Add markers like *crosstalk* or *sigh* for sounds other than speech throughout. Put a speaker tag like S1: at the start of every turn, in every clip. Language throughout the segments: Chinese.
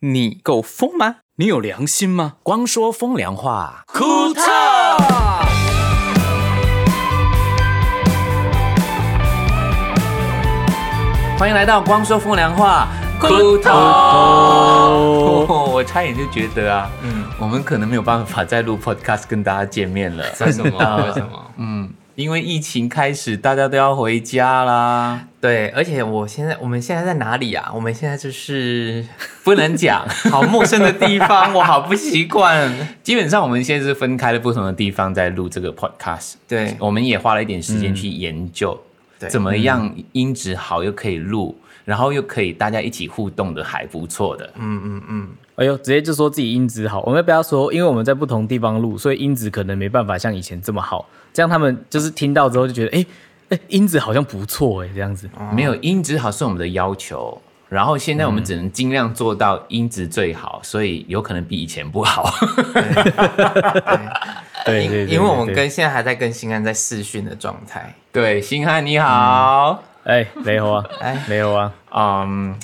S1: 你够疯吗？你有良心吗？
S2: 光说风凉话，
S1: 库特。
S2: 欢迎来到光说风凉话，
S1: 库特
S2: 哦 *laughs* 我差点就觉得啊，
S1: 嗯，
S2: 我们可能没有办法再录 podcast 跟大家见面了。
S3: 为什 *laughs* 么？为什么？
S2: 嗯，因为疫情开始，大家都要回家啦。
S3: 对，而且我现在，我们现在在哪里啊？我们现在就是不能
S2: *laughs*
S3: 讲，好陌生的地方，我好不习惯。
S2: 基本上我们现在是分开了不同的地方在录这个 podcast。
S3: 对
S2: 我们也花了一点时间去研究，
S3: 对
S2: 怎么样音质好又可以录，然后又可以大家一起互动的，还不错的。
S3: 嗯
S4: 哎呦，直接就说自己音质好。我们不要说，因为我们在不同地方录，所以音质可能没办法像以前这么好。这样他们就是听到之后就觉得，哎、哎、音质好像不错哎、这样子。
S2: 没有音质好是我们的要求，然后现在我们只能尽量做到音质最好，所以有可能比以前不好。
S4: 对
S3: 因
S4: 对
S3: 因为我们跟现在还在跟新安啊在试训的状态。
S2: 对，星汉你好，
S4: 哎没有啊，
S3: 哎
S4: 没有啊，
S2: 嗯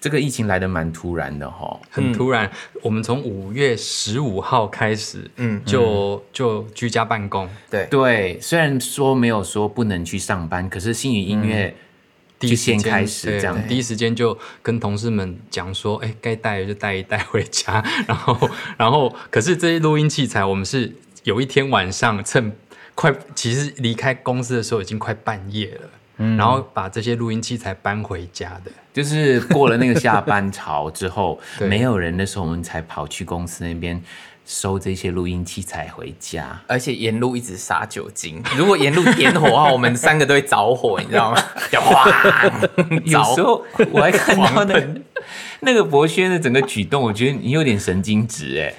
S2: 这个疫情来的蛮突然的哈、
S5: 很突然，我们从五月十五号开始，
S3: 嗯
S5: 嗯，就就居家办公，
S3: 对，
S2: 对，虽然说没有说不能去上班，可是星宇音乐
S4: 嗯
S5: 第一
S2: 就
S5: 时间
S2: 先开始
S5: 对
S2: 这样
S5: 第一时间就跟同事们讲说，哎，该带的就带一带回家，然后然后，可是这些录音器材，我们是有一天晚上趁快，其实离开公司的时候已经快半夜了，
S2: 嗯
S5: 然后把这些录音器材搬回家的。
S2: 就是过了那个下班潮之
S4: *laughs*
S2: 后，
S5: 对
S2: 没有人的时候，我们才跑去公司那边收这些录音器材回家。
S3: 而且沿路一直撒酒精，如果沿路点火的话，我们三个都会着火，你知
S2: *laughs*
S3: 道吗？就哗，
S2: 有时
S3: 着。
S2: 候我还看到那个 *laughs* 那个博轩的整个举动，我觉得你有点神经质哎、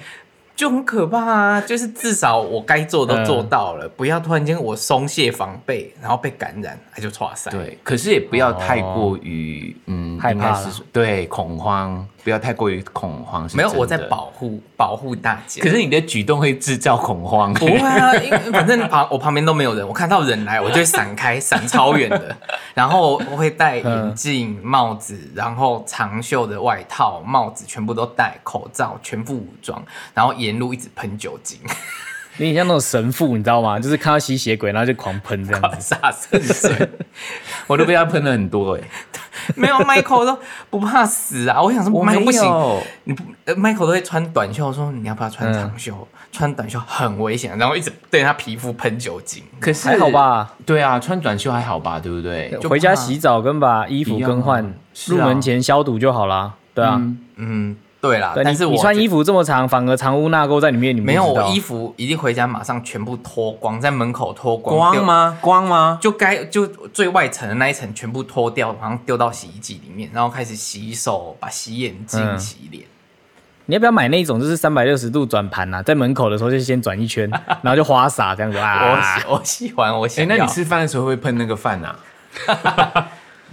S3: 就很可怕啊！就是至少我该做都做到了，不要突然间我松懈防备，然后被感染，那就错塞。
S2: 对，可是也不要太过于、嗯
S4: 害怕
S2: 应该是说对恐慌，不要太过于恐慌。是
S3: 没有，
S2: 真的
S3: 我在。保护保护大家。
S2: 可是你的举动会制造恐慌、欸
S3: 不会
S4: *laughs*
S3: 啊，因为反正旁我旁边都没有人，我看到人来我就会闪开，闪超远的。然后我会戴眼镜、帽子，然后长袖的外套、帽子全部都戴，口罩全副武装，然后沿路一直喷酒精， *laughs*
S4: 你很像那种神父，你知道吗？就是看到吸血鬼，然后就狂喷这样子。
S3: 洒圣水。
S2: 我都被他喷了很 *laughs* 多哎、
S3: 没有 Michael 都不怕死啊！我想说
S2: *laughs* 我没
S3: Michael 不行，
S2: 有
S3: 你不呃 Michael 都会穿短袖，我说你要不要穿长袖？穿短袖很危险，然后一直对他皮肤喷酒精。
S2: 可是
S4: 还好？吧，
S2: 对啊，穿短袖还好吧，对不对？
S3: 就
S4: 回家
S3: 怕
S4: 洗澡跟把衣服
S2: 一样啊
S4: 更换，
S2: 是啊
S4: 入门前消毒就好啦。对啊，
S3: 嗯，对啦，
S4: 对
S3: 但是
S4: 你
S3: 我
S4: 你穿
S3: 觉得
S4: 衣服这么长，反而藏污纳垢在里面，你们
S3: 没有，我衣
S4: 服
S3: 服一定回家马上全部脱光，在门口脱光，
S2: 光
S3: 丢？
S2: 吗？光吗？
S3: 就该就最外层的那一层全部脱掉，然后丢到洗衣机里面，然后开始洗手、把洗眼镜、
S4: 嗯
S3: 洗脸。
S4: 你要不要买那种就是三百六十度转盘啊？在门口的时候就先转一圈，然后就花洒这样子啊，
S3: 我我喜欢，
S4: *laughs*
S3: 我
S2: 哎、
S3: 想要。
S2: 那你吃饭的时候会喷那个饭啊？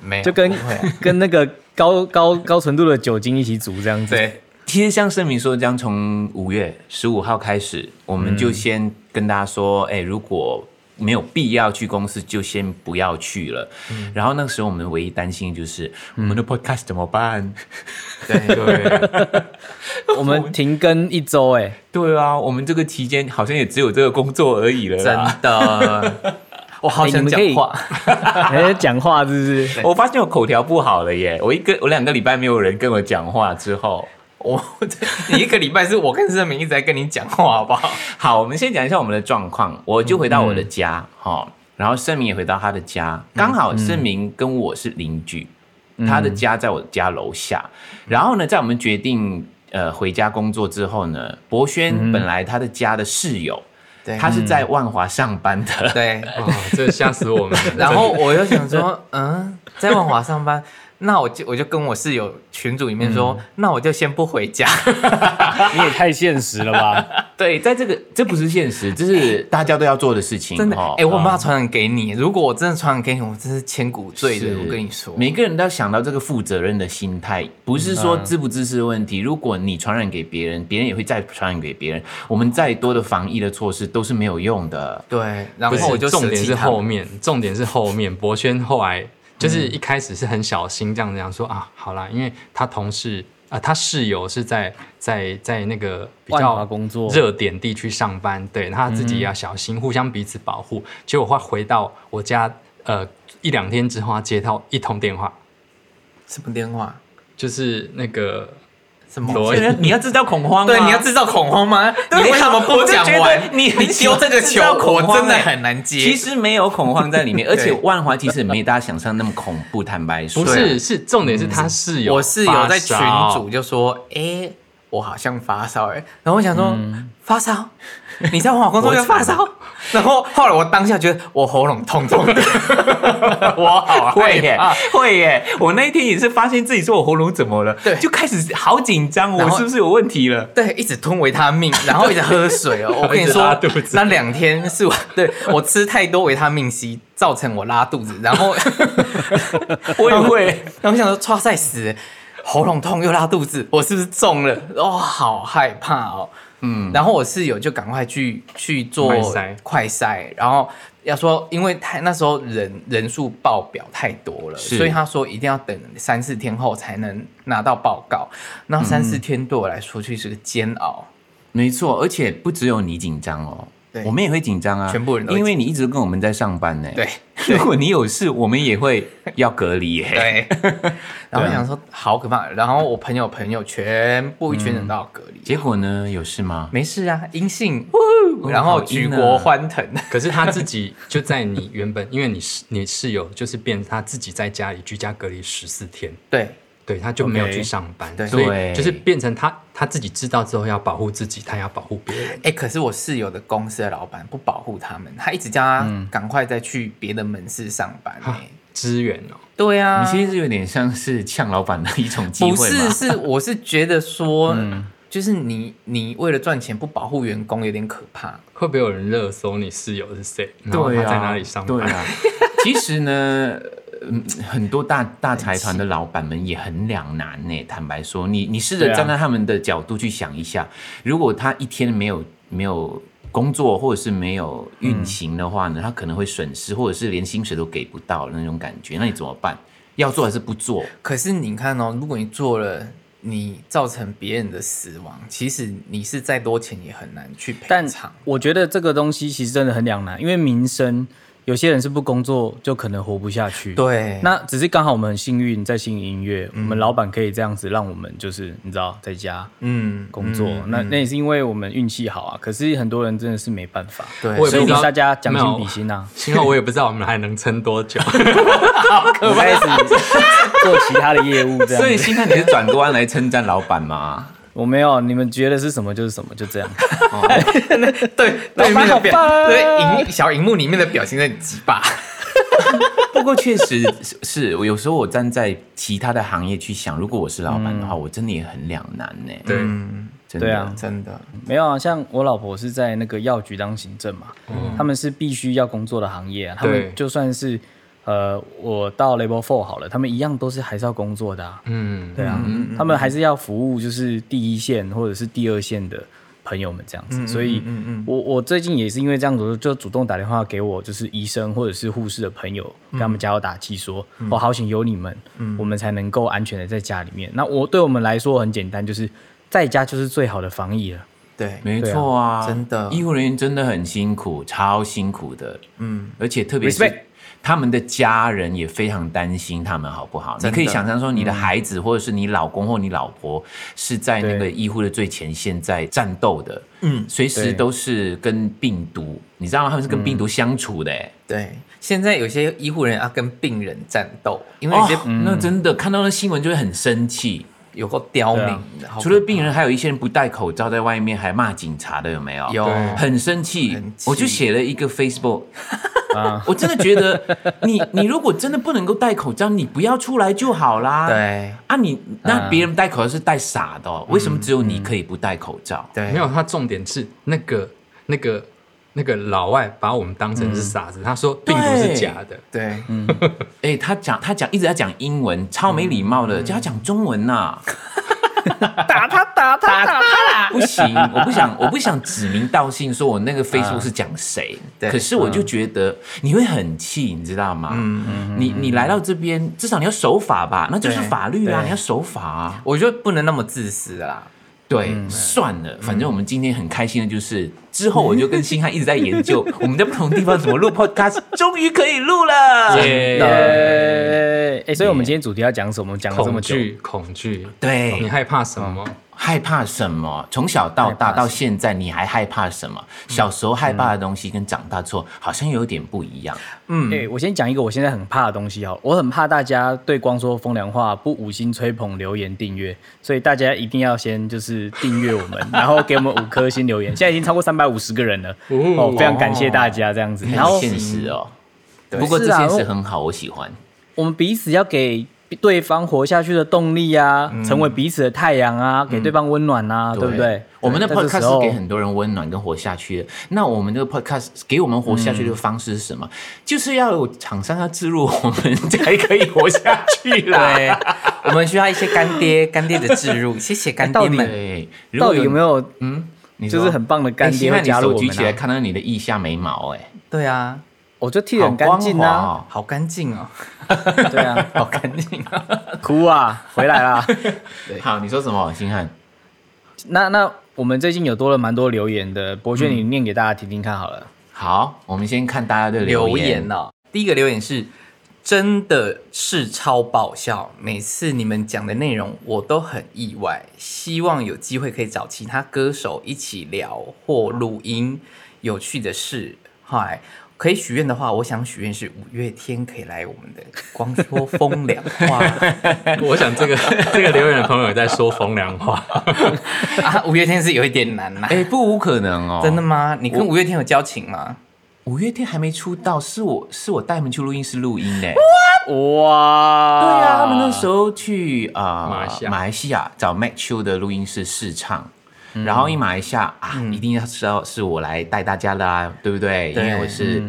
S3: 没有
S4: 就跟
S3: 不会啊
S4: *laughs* 跟那个高高高纯度的酒精一起煮这样子。
S3: 对
S2: 其实像声明说，将从五月十五号开始，我们
S3: 嗯
S2: 就先跟大家说，哎、如果没有必要去公司，就先不要去了。
S3: 嗯
S2: 然后那时候我们唯一担心的就是、我们的 podcast 怎么办？ *laughs*
S3: 对
S5: 对，
S4: 我们停更一周哎、
S2: 对啊，我们这个期间好像也只有这个工作而已了
S3: 真
S2: 啦。
S3: 的，我好
S4: 啊哎
S3: 想
S4: 你们
S3: 讲
S4: 可 *laughs* 以
S3: 话。
S4: 还在讲话是不
S2: *laughs*
S4: 是？
S2: 我发现我口条不好了耶！我一个我两个礼拜没有人跟我讲话之后，
S3: 我 *laughs* 你一个礼拜是我跟盛明一直在跟你讲话，好不好？
S2: 好，我们先讲一下我们的状况。我就回到我的家，哈、然后盛明也回到他的家，嗯嗯刚好盛明跟我是邻居，他的家在我家楼下。然后呢，在我们决定呃回家工作之后呢，博轩本来他的家的室友，
S3: 对
S2: 他是在万华上班的。 *laughs*
S3: 对，
S2: 嗯
S5: 哦，这吓死我们了。
S3: *laughs* 然后我又想说，嗯，在万华上班， *laughs* 那我就我就跟我室友群组里面说，那我就先不回 *laughs* 家。
S4: 你也太现实了吧！
S2: 对，在这个这不是现实，这是大家都要做的事情。
S3: 真的，
S2: 哦
S3: 哎、我妈传染给你，如果我真的传染给你，我真是千古罪
S2: 是
S3: 人。我跟你说，
S2: 每个人都要想到这个负责任的心态，不是说
S3: 嗯
S2: 知不知识的问题。如果你传染给别人，别人也会再传染给别人。我们再多的防疫的措施都是没有用的。
S3: 对，然
S5: 不是
S3: 后我就
S5: 重点
S3: 舍弃
S5: 是
S3: 他们嗯
S5: 后面，重点是后面。博轩后来就是一开始是很小心这样子讲说啊，好啦，因为他同事啊，他室友是在在在那个比
S4: 万华
S5: 较
S4: 工作嗯
S5: 热点地区上班，对，那他自己也要小心，互相彼此保护。结果话回到我家，呃，一两天之后，他接到一通电话，
S3: 什么电话？
S5: 就是那个
S3: 什么？
S5: 罗
S2: 对你要制造恐慌、啊，
S3: *laughs* 对，你要制造恐慌吗？你为什么不讲
S2: 我就觉
S3: 完
S2: 得？你
S3: 你丢这个
S2: 制
S3: 球
S2: 造，恐
S3: 我
S2: 慌
S3: 真的
S2: 欸
S3: 很难
S2: 其
S3: 接。
S2: 实没有恐慌在
S3: *laughs*
S2: 里面，而且
S3: 对
S2: 万华其实也没大家想象那么恐怖。坦白说，
S5: 不是是
S4: 嗯
S5: 重点是他室友，
S3: 我室友在群组，就说：“哎，我好像发烧哎。”然后我想说：“
S5: 嗯
S3: 发烧？你在往工作就
S5: *laughs*
S3: 发烧？”然后后来我当下觉得我喉咙痛痛
S5: *laughs*
S3: 的，我好
S2: 会
S3: 害
S2: 耶
S5: 啊
S3: 怕。，
S2: 会耶！我那一天也是发现自己说我喉咙怎么了，
S3: 对
S2: 就开始好紧张，
S3: 然
S2: 我
S3: 后
S2: 是不是有问题了？
S3: 对，一直吞维他命，然后一直喝水
S5: *laughs*
S3: 哦。我跟你
S5: 一直拉
S3: 说
S5: 肚子，
S3: 那两天是我 *laughs* 对我吃太多维他命 C，造成我拉肚子。然
S5: *laughs*
S3: 后
S2: 我也会，
S3: 然后我想说，哇塞死，喉咙痛又拉肚子，我是不是中了？哦，好害怕哦。嗯，然后我室友就赶快去去做
S5: 快筛
S3: 快筛然后要说，因为太那时候人人数报表太多了，
S2: 是
S3: 所以他说一定要等三四天后才能拿到报告。那
S2: 嗯
S3: 三四天对我来说就是个煎熬，
S2: 没错，而且不只有你紧张哦
S3: 对。
S2: 我们也会紧张啊，
S3: 全部人都会
S2: 因为你一直跟我们在上班呢。
S3: 对，
S2: 如果你有事，我们也会要隔离耶。
S3: *laughs*
S2: *laughs*
S3: 对，然后
S2: 啊
S3: 我想说好可怕。然后我朋友朋友全部一群人都要隔离，
S2: 结果呢，有事吗？
S3: 没事啊，阴性，
S2: 哦
S3: 然
S2: 好
S3: 后
S2: 阴
S3: 举
S2: 啊
S3: 国欢腾。
S5: 可是他自己就在你原本，因为你室你室友就是变他自己在家里居家隔离十四天，
S3: 对，
S5: 对，他就没有
S4: OK
S5: 去上班
S3: 对
S5: 所
S2: 对
S5: 以就是变成他他自己知道之后要保护自己，他也要保护别人。
S3: 哎、可是我室友的公司的老板不保护他们，他一直叫
S2: 嗯
S3: 他赶快再去别的门市上班、
S5: 哈
S3: 欸。
S5: 支援哦，
S3: 对啊
S2: 你，其实有点像是呛老板的一种机
S3: 不
S2: 会嘛
S3: 是，是我是觉得说，就是你你为了赚钱不保护员工有点可怕。
S5: 会不会有人热搜你室友是谁？然后
S2: 对
S5: 他
S2: 啊，
S5: 在哪里上班？
S2: 对啊， *laughs* 其实呢，嗯，很多大大财团的老板们也很两难呢。坦白说，你你试
S5: 对
S2: 着
S5: 啊
S2: 站在他们的角度去想一下，如果他一天没有没有。工作或者是没有运行的话呢，他可能会损失，或者是连薪水都给不到那种感觉。那你怎么办？要做还是不做？
S3: 可是你看哦，如果你做了，你造成别人的死亡，其实你是再多钱也很难去赔
S4: 但
S3: 偿。
S4: 我觉得这个东西其实真的很两难，因为民生有些人是不工作就可能活不下去。。
S3: 对，
S4: 那只是刚好我们很幸运，在新音乐，我们老板可以这样子让我们就是你知道在家 *laughs*
S3: 嗯，
S4: 工作，那那也是因为我们运气好啊。可是很多人真的是没办法，
S3: 对
S5: 我也
S4: 所以你
S5: 不知道
S4: 大家将
S5: 没有
S4: 心比心啊，
S5: 幸好我也不知道我们还能撑多久。
S4: 我开始做其他的业务这
S2: 所以
S4: 样。
S2: 现在你是转个弯来称赞老板吗？
S4: 我没有，你们觉得是什么就是什么，就这样。 *laughs*
S3: 对，对
S4: 老板
S3: 面的
S4: 好
S3: 表，
S4: 棒
S3: 对荧小荧幕里面的表情很鸡巴。
S2: 不过确实是是，我有时候我站在其他的行业去想，如果我是老板的话，我真的也很两难呢。
S5: 对，
S3: 嗯，
S2: 真的
S4: 对啊
S3: 真的。
S4: 没有啊，像我老婆是在那个药局当行政嘛，
S3: 嗯
S4: 他们是必须要工作的行业啊，他
S5: 对
S4: 们就算是呃我到 Level Four 好了，他们一样都是还是要工作的啊，
S5: 嗯，
S4: 对啊，他们还是要服务就是第一线或者是第二线的朋友们这
S5: 嗯
S4: 样子，所以我我最近也是因为这样子，就主动打电话给我就是医生或者是护士的朋友，跟他们加油打气说，哦，好险有你们，我们才能够安全的在家里面。那我对我们来说很简单，就是在家就是最好的防疫了。
S3: 对，
S2: 没错啊，
S3: 对啊真的
S2: 医护人员真的很辛苦，超辛苦的，
S3: 嗯，
S2: 而且特别是
S4: Respect
S2: 他们的家人也非常担心他们好不好？你
S3: 真的嗯
S2: 可以想象说，你的孩子或者是你老公或你老婆是在那个医护的最前线在战斗的，
S3: 嗯
S2: 随时
S4: 对
S2: 都是跟病毒，你知道吗？他们是跟
S3: 嗯
S2: 病毒相处的、欸。
S3: 对，现在有些医护人员要跟病人战斗，因为有
S2: 哦
S3: 些，嗯
S2: 那真的看到那新闻就会很生气。
S3: 有够刁
S4: 对啊
S3: 民的，好
S2: 除了
S3: 可
S2: 病人，还有一些人不戴口罩在外面还骂警察的，有没有？
S3: 怕有
S5: 对
S2: 很生气
S3: 很，气
S2: 我就写了一个 Facebook，
S4: 啊
S2: 我真的觉得你你如果真的不能够戴口罩，你不要出来就好啦。
S3: 对嗯
S2: 啊你，那别人戴口罩是戴傻的、哦，为什么只有你可以不戴口罩？
S3: 对，
S5: 没有，他重点是那个那个那个老外把我们当成是傻子，他说病毒是假的，
S3: 对，
S2: 哎、他讲他讲一直在讲英
S3: 嗯
S2: 文，超没礼貌的，叫他讲中文呐、
S4: *laughs*
S3: 打他打他打他啦！
S2: *laughs* 不行，我不想，我不想指名道姓说我那个 Facebook 是讲谁，
S3: 对
S2: 可是我就觉得你会很气，你知道吗？嗯嗯，你你来到这边，至少你要守法吧，那就是
S3: 对
S2: 法律啊，
S4: 对
S2: 你要守法啊。
S3: 我觉得不能那么自私啦。
S2: 对，算了，反正我们今天很开心的就是，之后我就跟星汉一直在研究 *laughs* 我们在不同地方怎么录 podcast，终于可以录了。
S4: 耶！哎，所以我们今天主题要讲什么？我们讲了这
S5: 恐
S4: 么久，
S5: 惧，恐惧，你
S2: 对，
S5: 害怕什么？
S2: 害怕什么？从小到大
S4: 害怕什么
S2: 到现在，你还害怕什么？小时候害怕的东西跟长大之后好像有点不一样。
S4: 哎，我先讲一个我现在很怕的东西哈，我很怕大家对光说风凉话不五星吹捧、留言订阅，所以大家一定要先就是订阅我们，
S2: *laughs*
S4: 然后给我们五颗星留言。现在已经超过三百五十个人了，哦，非常感谢大家这样子。然
S2: 很
S4: 后
S2: 现实哦。不过这
S4: 是啊
S2: 件
S4: 我
S2: 事很好，我喜欢。
S4: 我们彼此要给对方活下去的动力啊，
S2: 嗯
S4: 成为彼此的太阳啊，给对方温暖啊，对不对？
S2: 我们的
S4: 对在这时
S2: podcast 是
S4: 候
S2: 给很多人温暖跟活下去的。那我们这个 podcast 给我们活下去的方式是什么？就是要有厂商要置入我们才可以活下去
S4: *laughs*
S2: 啦。
S3: 对，我们需要一些干爹，干爹的置入，谢谢干爹们。
S2: 对，如
S4: 哎到
S2: 果
S4: 底有没
S2: 有
S4: 有
S2: 嗯，你
S4: 就
S2: 说
S4: 是很棒的干
S2: 哎希
S4: 爹
S2: 望
S4: 会加入
S2: 你
S4: 我
S2: 手
S4: 们
S2: 举起来
S4: 啊？
S2: 看到你的腋下眉毛，哎，
S3: 对啊，
S4: 我就剃
S2: 好
S4: 得很干净
S2: 光滑
S4: 啊，
S2: 哦
S3: 好干净哦，
S4: *laughs* 对啊，
S3: 好干净
S2: *laughs*
S3: 哦。
S4: 哭啊，回来啦。
S2: 好，你说什么？星汉，
S4: 那那我们最近有多了蛮多留言的，博轩，你念给大家听听看好了。
S2: 好，我们先看大家的
S3: 留
S2: 言
S3: 言
S4: 啊
S3: 哦，第一个留言是。真的是超爆笑，每次你们讲的内容我都很意外。希望有机会可以找其他歌手一起聊或录音，有趣的事。嗨，可以许愿的话，我想许愿是五月天可以来我们的，光说风凉话
S5: 嗯我想这个这个留言的朋友也在说风凉话，
S3: 啊。五月天是有一点难啦、
S2: 哎、不无可能哦，
S3: 真的吗？你跟五月天有交情吗？
S2: 五月天还没出道，是我是我带他们去录音室录音的。
S4: *laughs* 哇，
S2: 对啊，他们那时候去啊、呃
S5: 马来西亚
S2: 马来西亚找 Mac Chu 的录音室试唱。然后一马来西亚啊，一定要知道是我来带大家的啊，对不对？
S3: 对
S2: 因为我是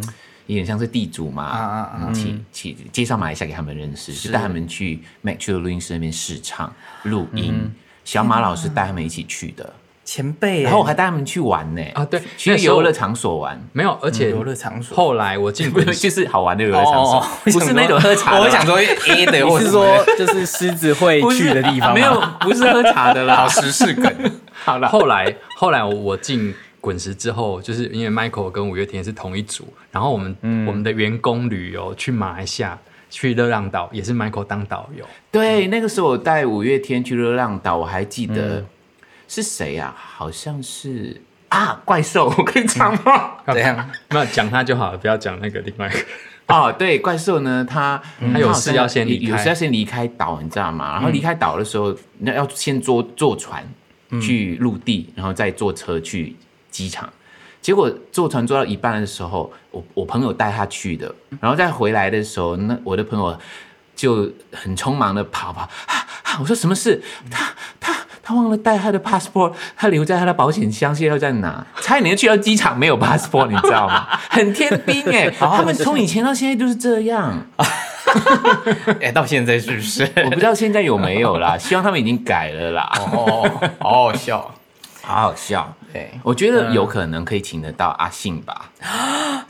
S2: 有点像是地主嘛，
S3: 啊啊啊
S2: 起起介绍马来西亚给他们认识，就带他们去 Mac Chu 的录音室那边试唱录音。小马老师带他们一起去的，
S3: 前辈耶、
S2: 然后我还带他们去玩呢
S5: 啊对
S2: 去
S5: 那时候
S2: 游乐场所玩。
S5: 没有，而且
S3: 游乐场所
S5: 后来我进滚
S2: 就
S5: 石，
S2: 是好玩的游乐场
S3: 哦
S2: 所，哦不是那种喝茶的啦，
S3: 我想说 A
S2: *laughs*
S3: 的，
S4: 你
S3: 或
S4: 是
S3: 者
S4: 说 *laughs* 就是狮子会
S2: 不
S4: 去
S2: 是
S4: 的地 *laughs* 方吗？啊
S2: *laughs* 没有，不是喝茶的啦。
S3: 时事梗，
S2: 好了，
S5: 后来后来我进滚石之后，就是因为 Michael 跟五月天是同一组，然后我们、我们的员工旅游去马来西亚。去热浪岛也是 Michael 当导游，
S2: 对，那个时候我带五月天去热浪岛，我还记得、
S5: 嗯
S2: 是谁啊？好像是啊，怪兽，我可以讲
S5: 嗯
S2: 吗？
S3: 怎样？
S5: 没有讲他就好了，不要讲那个另外一个。
S2: *laughs* 哦，对，怪兽呢，他
S5: 嗯他有
S2: 好像
S5: 事要先离开嗯
S2: 有事要先离开岛，你知道吗？然后离开岛的时候，那、要先坐坐船去陆地，然后再坐车去机场。结果坐船坐到一半的时候，我我朋友带他去的，然后再回来的时候，那我的朋友就很匆忙的跑跑、啊啊，我说什么事？他他他忘了带他的 passport，他留在他的保险箱，现在要在哪？差点就去到机场没有 passport，你知道吗？很天兵哎、他们从以前到现在就是这样，
S3: 哎，到现在是不
S2: *laughs*
S3: 是？
S2: 我不知道现在有没有啦，希望他们已经改了啦，
S3: 哦，好好笑。
S2: 好好笑。
S3: 对，
S2: 我觉得有可能可以请得到阿信吧，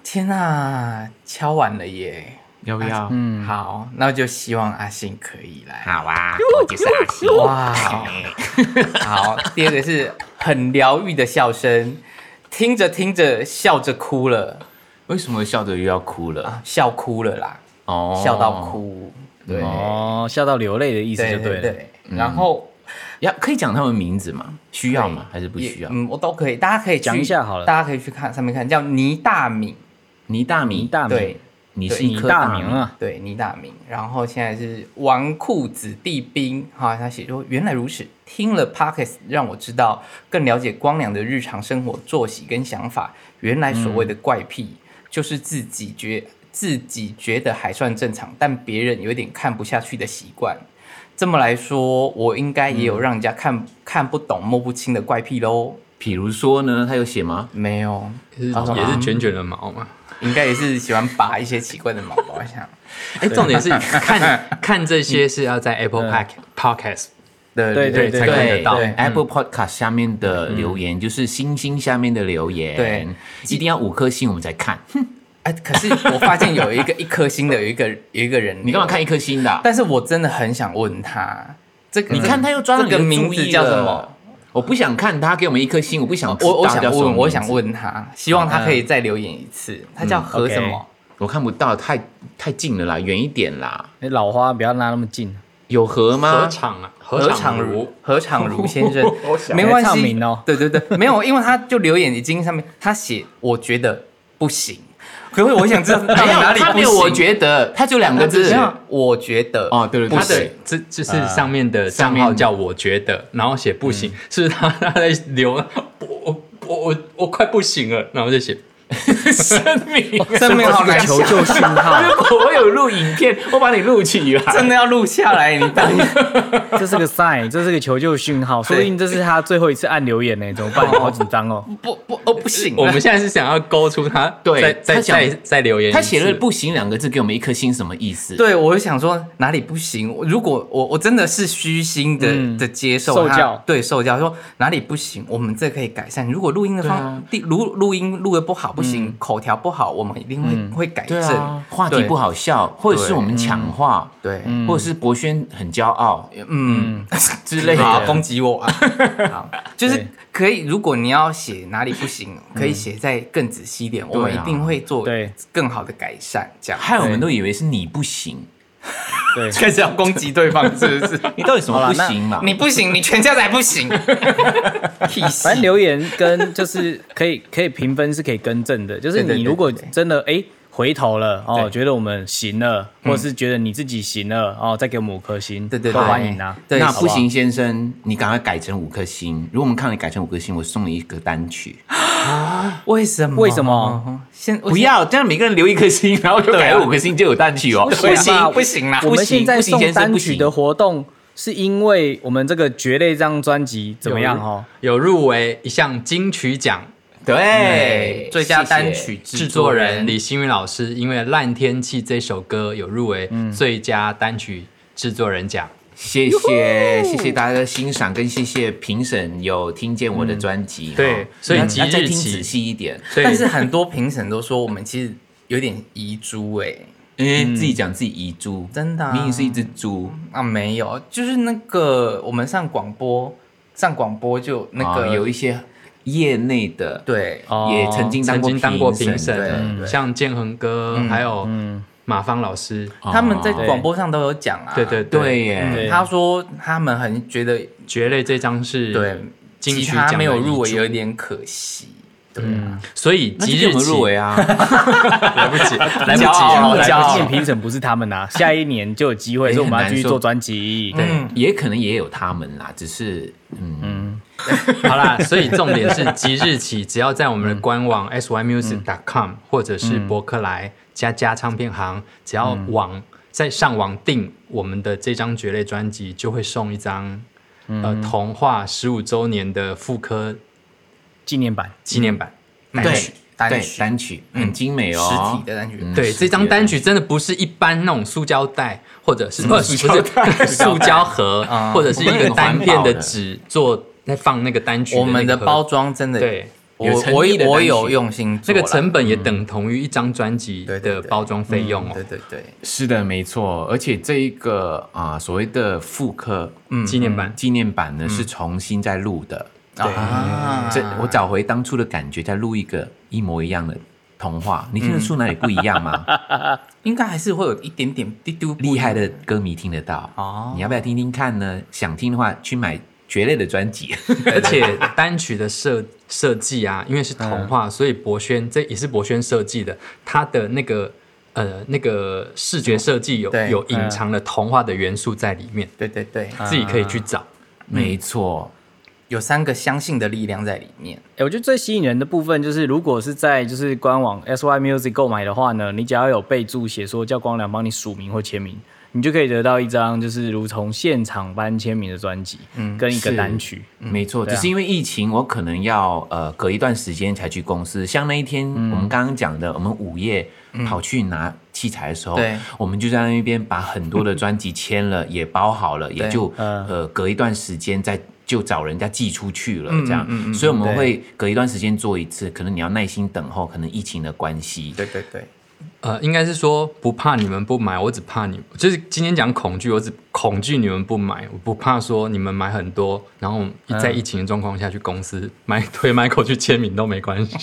S3: 天哪、敲完了耶！
S2: 要不要？
S3: 嗯，好，那就希望阿信可以来。
S2: 好啊，我就是阿信。
S3: 哇，好，第二个是很疗愈的笑声，听着听着笑着哭了，
S2: 为什么笑着又要哭了？
S3: 笑哭了啦，
S2: 哦，
S3: 啊笑到。哭。对
S4: 哦，笑到流泪的意思
S3: 对
S4: 就
S3: 对
S4: 了。
S3: 对，然后
S2: 呀，可以讲他们名字吗？需要吗？还是不需要？
S3: 嗯，我都可以，大家可以去
S4: 讲一下好了
S3: 大家可以去看上面看，叫倪大敏，
S2: 倪大米，
S4: 大明，
S3: 对
S2: 你
S3: 对
S2: 是一
S4: 你
S2: 颗
S4: 大
S2: 米
S4: 明。啊，
S3: 对，倪大明，然后现在是纨绔子弟兵，哈，他写说原来如此，听了 Pockets 让我知道，更了解光良的日常生活作息跟想法，原来所谓的怪癖、就是自己觉自己觉得还算正常，但别人有点看不下去的习惯。这么来说，我应该也有让人家看、看不懂、摸不清的怪癖喽？
S2: 比如说呢，他有写吗？
S3: 没有，
S5: 也是也是卷卷的毛嘛。
S3: 应该也是喜欢拔一些奇怪的毛毛，我想。
S5: *laughs* 哎，重点是看看这些是要在 Apple Pack Podcast
S3: 的
S4: 对对对
S5: 嗯才看得到。
S3: 对嗯
S2: Apple Podcast 下面的留言，就是星星下面的留言，
S3: 对，
S2: 一定要五颗星我们才
S3: *laughs*
S2: 看。
S3: 哎，可是我发现有一个 *laughs* 一颗星的，有一个有一个人，
S2: 你干嘛？看一颗星的啊？
S3: 但是我真的很想问他，这个
S2: 你看他又抓到
S3: 这
S2: 你的
S3: 个名
S2: 注
S3: 字
S2: 意
S3: 叫什么
S2: 了？？我不想看他给我们一颗星，我不想知道
S3: 我我想
S2: 叫什么
S3: 问，我想
S2: 名字，嗯
S3: 问他，希望他可以再留言一次。他叫何什么？
S2: 我看不到，太太近了啦，远一点啦。
S4: 哎老花不要拉那么近，
S2: 有河吗，
S5: 何？场啊，何
S3: 何
S5: 场
S3: 场
S5: 如
S3: 如何场如先生没关
S4: 还唱
S3: 系
S4: 名哦
S3: 对
S2: *laughs*
S3: 对对，没有，因为他就留言已经上面他写，我觉得不行。可是我想知道到底
S2: *laughs* 没有，
S3: 哪里
S2: 他
S3: 不
S2: 没有，
S3: 行。
S2: 我觉得他就两个字
S3: 没。有，我觉得
S2: 哦，对对对，
S5: 他
S2: 他
S5: 的
S2: 的
S5: 这就是上面的账号叫我觉得，然后写不行，是他他在留我我我我我快不行了，然后就写声明。
S3: 生命好难
S4: 求救讯号，
S2: 如果我有录影片，我把你录起来。
S3: *laughs* 真的要录下来，你当
S4: 这是个 sign，这是个求救讯号，说不定这是他最后一次按留言呢，怎么办？好紧张哦。
S3: 不不哦不行，
S5: 我们现在是想要勾出他，
S2: 对
S5: 再
S2: 他
S5: 再
S2: 想
S5: 再再留言一次，
S2: 他写了“不行”两个字，给我们一颗星，什么意思？，
S3: 对我就想说哪里不行。我如果我我真的是虚心的、
S4: 嗯
S3: 的接受
S4: 受
S3: 他
S4: 教
S3: 对受教说哪里不行，我们这可以改善。如果录音的方地录录音录的不好不行，口条不好，我们一定会、会改
S2: 对嗯
S3: 正。
S2: 啊，话题
S3: 对
S2: 不好笑，或者是我们抢话，
S3: 对，
S2: 或者是博轩很骄傲
S3: 嗯，
S2: 之类
S3: 好
S2: 的。
S3: 攻击我啊！好，就是
S4: 对
S3: 可以，如果你要写哪里不行，可以写再更仔细一点，我们一
S2: 对啊
S3: 定会做
S4: 对
S3: 更好的改善。这样
S2: 害我们都以为是你不行，
S4: 对，
S3: *laughs* 开始要攻击对方，是不是？
S2: 你到底什么不行嘛？
S3: *laughs* 你不行，你全家才不行。 *laughs* 屁事
S4: 反正留言跟就是可以可以评分是可以更正的，就是
S3: 对对
S4: 你
S3: 对
S4: 如果
S3: 对对
S4: 真的哎回头了哦，
S3: 对嗯
S4: 觉得我们行了，或是觉得你自己行了哦，再给我们五颗星，
S3: 对对
S4: 都
S3: 对
S4: 欢迎啊。
S3: 对
S2: 那
S4: 好
S2: 不
S4: 不好
S2: 行，先生，你赶快改成五颗星。如果我们看你改成五颗星，我送你一个单曲。
S3: 为什么？嗯
S4: 为什么？
S3: 先
S2: *laughs* 不。要这样，每个人留一颗星，然后就改五颗星就有单曲哦。
S3: 不行啊
S4: 吧
S3: 不行啦
S4: 我
S2: 不
S4: 们
S2: 行
S4: 现在
S2: 不行
S4: 送
S2: 先生
S4: 单
S2: 不
S4: 曲
S2: 行
S4: 的活动，是因为我们这个《蕨类》这张专辑怎么样哦？
S5: 有入围一项金曲奖，哎
S2: 对，
S3: 最佳
S2: 哎谢谢
S3: 单曲
S5: 制
S3: 制
S5: 作
S3: 作
S5: 人
S3: 人
S5: 李新宇老师因为《烂天气》这首歌有入围最佳单曲制作人奖。
S2: 谢谢谢谢大家的欣赏，跟谢谢评审有听见我的专辑。
S5: 嗯对
S2: 哈
S5: 所以
S2: 那
S5: 即
S2: 那再
S5: 日
S2: 听
S5: 起
S2: 仔细一点。
S5: 所以
S3: 但是很多评审都说我们其实有点遗珠哎、
S2: 嗯，自己讲自己遗珠，
S3: 真的啊
S2: 明明是一只猪，
S3: 啊没有，就是那个我们上广播，上广播就那个、
S2: 啊有一些业内的，，
S3: 对
S4: 哦
S2: 也曾经当
S5: 曾
S2: 过
S5: 经当过
S2: 评
S5: 评
S3: 对
S5: 审，嗯
S3: 对
S5: 像建恒哥，还有马芳老师，
S3: 他们在
S2: 哦
S3: 广播上都有讲啊。
S5: 对对嗯
S2: 对耶，
S4: 对
S3: 他说他们很觉得
S5: 蕨类这张是
S3: 对，
S5: 金
S3: 其
S5: 曲
S3: 他
S5: 奖
S3: 没有入围
S5: 的遗
S3: 有
S5: 珠，
S3: 点可惜。对啊，
S5: 所以
S2: 那
S5: 即
S2: 即
S5: 日
S2: 日我们
S5: 起
S2: 入围啊，
S5: 来不及，来不及啊
S3: 骄傲
S5: 了，
S3: 骄傲
S5: 来
S4: 今年。
S5: 不及
S4: 评审不是他们呐，下一年就有机会，
S2: 哎
S4: 所以我们要
S2: 很难
S4: 继续
S2: 说
S4: 做专辑。
S2: 对，
S3: 嗯
S2: 也可能也有他们啦，只是嗯，
S5: 好啦，所以重点是即日起，只要在我们的官网 symusic.com 或者是博客来加加唱片行，只要网在上网订我们的这张蕨类专辑，就会送一张呃童话十五周年的复刻
S4: 纪念版，
S5: 纪念版。
S3: 单
S2: 对
S3: 曲单
S2: 对
S3: 曲嗯
S2: 单曲很精美哦，
S3: 实体的单曲
S2: 嗯
S5: 对，
S2: 实体
S5: 这
S2: 的
S5: 张单曲真的不是一般那种塑胶袋，或者是不是
S2: 嗯塑胶袋
S5: 不是 *laughs* 塑胶盒，
S3: 嗯
S5: 或者是一
S2: 我们
S5: 个
S2: 很
S5: 单
S2: 环
S5: 片
S2: 保
S5: 的
S2: 的
S5: 纸做在放那个单曲那
S3: 我
S5: 个盒。
S3: 们的包装真的，
S5: 对
S3: 我
S2: 有诚
S3: 我
S2: 意的
S3: 我
S2: 单
S3: 有
S2: 曲
S3: 用心做
S5: 那
S3: 啦，
S5: 个成本也等同于一张专辑
S2: 嗯
S3: 对对
S5: 的
S3: 对
S5: 包装费用哦
S3: 对。对对，
S2: 是的，没错，而且这一个啊、所谓的复刻
S3: 嗯
S5: 纪念
S2: *laughs*
S5: 版
S2: 纪念版呢，是重新在录的。
S3: 啊
S2: 这我找回当初的感觉，再录一个一模一样的童话，你听得出哪里不一样吗？
S3: 应该还是会有一点点滴嘟
S2: 厉害的歌迷听得到
S3: 哦
S2: 你要不要听听看呢？想听的话，去买蕨类的专辑。
S5: 而且单曲的设设计啊，因为是童
S2: 嗯
S5: 话，所以博轩这也是博轩设计的，他的那个呃那个视觉设计有
S3: 对
S5: 有
S2: 嗯
S5: 隐藏了童话的元素在里面，
S3: 对对对，
S2: 啊
S5: 自己可以去找。
S2: 没错，
S3: 有三个相信的力量在里面。
S4: 哎、我觉得最吸引人的部分就是，如果是在就是官网 SY Music 购买的话呢，你只要有备注写说叫光良帮你署名或签名，你就可以得到一张就是如同现场般签名的专辑，嗯，跟一个
S2: 是
S4: 单曲。
S3: 嗯
S2: 没错，
S3: 啊
S2: 只是因为疫情，我可能要呃隔一段时间才去公司。像那一天我们刚刚讲的，我们午夜跑去拿器材的时候
S3: 嗯对，
S2: 我们就在那边把很多的专辑签了，也包好了，也
S3: 对
S2: 就
S4: 嗯
S2: 呃隔一段时间再。就找人家寄出去了，
S3: 嗯
S2: 这样，
S3: 嗯嗯嗯
S2: 所以我们
S4: 对
S2: 会隔一段时间做一次，可能你要耐心等候，可能疫情的关
S3: *laughs*
S2: 系，
S3: 对对对，
S5: 呃，应该是说不怕你们不买，我只怕你，就是今天讲恐惧，我只恐惧你们不买，我不怕说你们买很多，然后在疫情的状况下去公司买推 Michael 去签名都没关系。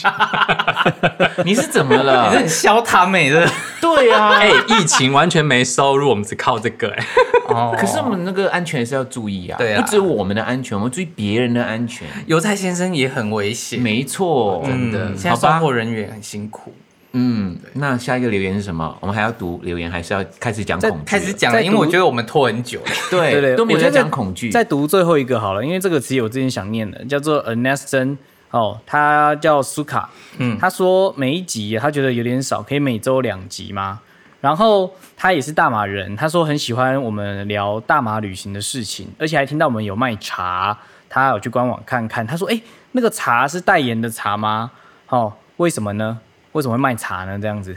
S2: 你是怎么
S3: *laughs* 你是
S2: 了？
S3: 很消他们的
S2: 对啊，
S5: 哎、疫情完全没收入，我们只靠这个、哎， *laughs*
S3: 哦。
S2: 可是我们那个安全是要注意啊，
S3: 对啊
S2: 不止我们的安全，我们注意别人的安全。
S3: 邮差先生也很危险，
S2: 没错，
S5: 真的
S3: 嗯现在
S2: 好吧
S3: 送货人员很辛苦。
S2: 嗯，那下一个留言是什么？我们还要读留言，还是要开始讲
S3: 在
S2: 恐惧？
S3: 开始，讲
S4: 在
S3: 了，
S4: 读
S3: 因为我觉得我们拖很久了。
S2: 对，
S4: 对对，
S2: 都没有
S4: 我觉
S2: 在
S4: 得
S2: 讲恐惧。
S4: 再读最后一个好了，因为这个词我之前想念的，叫做
S2: 嗯
S4: Erneston。哦，他叫苏卡，嗯，他说每一集啊他觉得有点少，可以每周两集吗？然后他也是大马人，他说很喜欢我们聊大马旅行的事情，而且还听到我们有卖茶，他有去官网看看，他说哎，那个茶是代言的茶吗？哦，为什么呢？为什么会卖茶呢？这样子，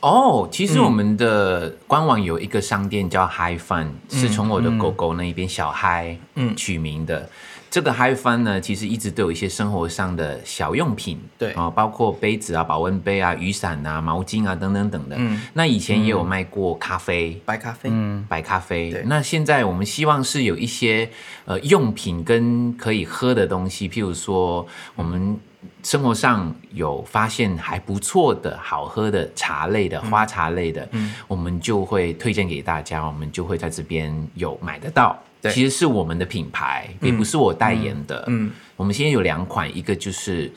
S2: 哦，其实我们的官网有一个商店叫 Hi Fun，、是从我的狗狗那一边小嗨
S3: 嗯
S2: 取名的。这个 Hi Fun 呢，其实一直都有一些生活上的小用品，
S3: 对
S2: 啊、包括杯子啊、保温杯啊、雨伞啊、毛巾啊等等等的。
S3: 嗯
S2: 那以前也有卖过咖啡。
S3: 白咖啡，
S2: 白咖啡
S3: 嗯对。
S2: 那现在我们希望是有一些呃用品跟可以喝的东西，譬如说我们生活上有发现还不错的好喝的茶
S3: 嗯
S2: 类的、花茶类的，我们就会推荐给大家，我们就会在这边有买得到。
S3: 对嗯
S2: 其实是我们的品牌，也不是我代言的。
S3: 嗯嗯
S2: 我们现在有两款，一个就是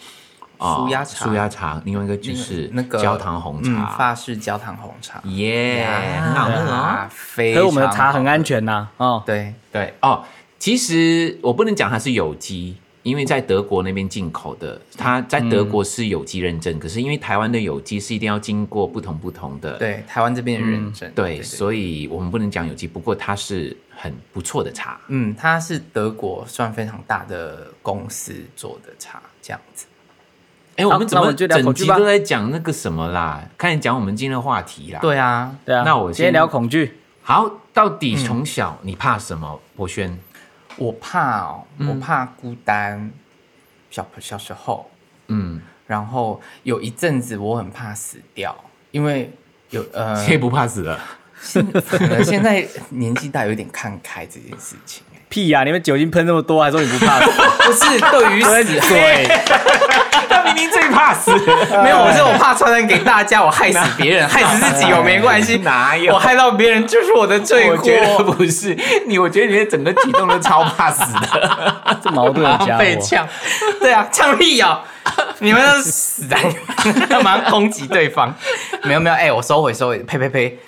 S2: 呃
S3: 舒压茶
S2: 舒压茶，另外一个就是
S3: 那个
S2: 焦糖红
S3: 嗯
S2: 茶。
S3: 法式焦糖红茶，
S2: 耶，很好喝哦。
S3: 啊，非
S4: 可是
S3: 常好。
S4: 我们的茶很安全呐、哦，
S3: 对，
S2: 对哦，其实我不能讲它是有机，因为在德国那边进口的，它在德国是有机认证，可是因为台湾的有机是一定要经过不同不同的嗯
S3: 对，台湾这边的认证，
S2: 对，所以我们不能讲有机，不过它是很不错的茶。
S3: 嗯，它是德国算非常大的公司做的茶，这样子。
S2: 哎，我们怎
S4: 那我
S2: 么
S4: 们就聊
S2: 整
S4: 恐惧
S2: 集
S4: 吧
S2: 都在讲那个什么啦？开始讲我们今天的话题啦。，
S3: 对啊，
S4: 对啊，
S2: 那我
S4: 今天
S2: 先
S4: 聊恐惧，
S2: 好，到底从小你怕什么？博轩，
S3: 我怕哦，
S2: 嗯
S3: 我怕孤单。小小时候，
S2: 嗯，
S3: 然后有一阵子我很怕死掉，因为有呃，
S2: *laughs* 谁不怕死的？
S3: 可能现在年纪大有点看开这件事
S2: *laughs*
S3: 情。
S4: 屁呀、你们酒精喷那么多，还说你不怕死？
S3: 不是对于
S4: 我在
S3: 死，
S4: 嘴，
S2: 他明明最怕 *laughs* 死，
S3: 没有，我是我怕传染给大家，我害死别
S2: *laughs*
S3: 人，害死自己我没关系，
S2: 哪有
S3: 我害到别人就是我的罪
S2: 我
S3: 过。
S2: 觉得不是你，我觉得你的整个举动都超怕死
S4: *laughs*
S2: 的。
S4: 这矛盾的家伙。
S5: 被呛，
S3: 对啊，呛屁呀、你们都死在马上攻击对方。没有没有，哎、我收回收回，呸呸呸。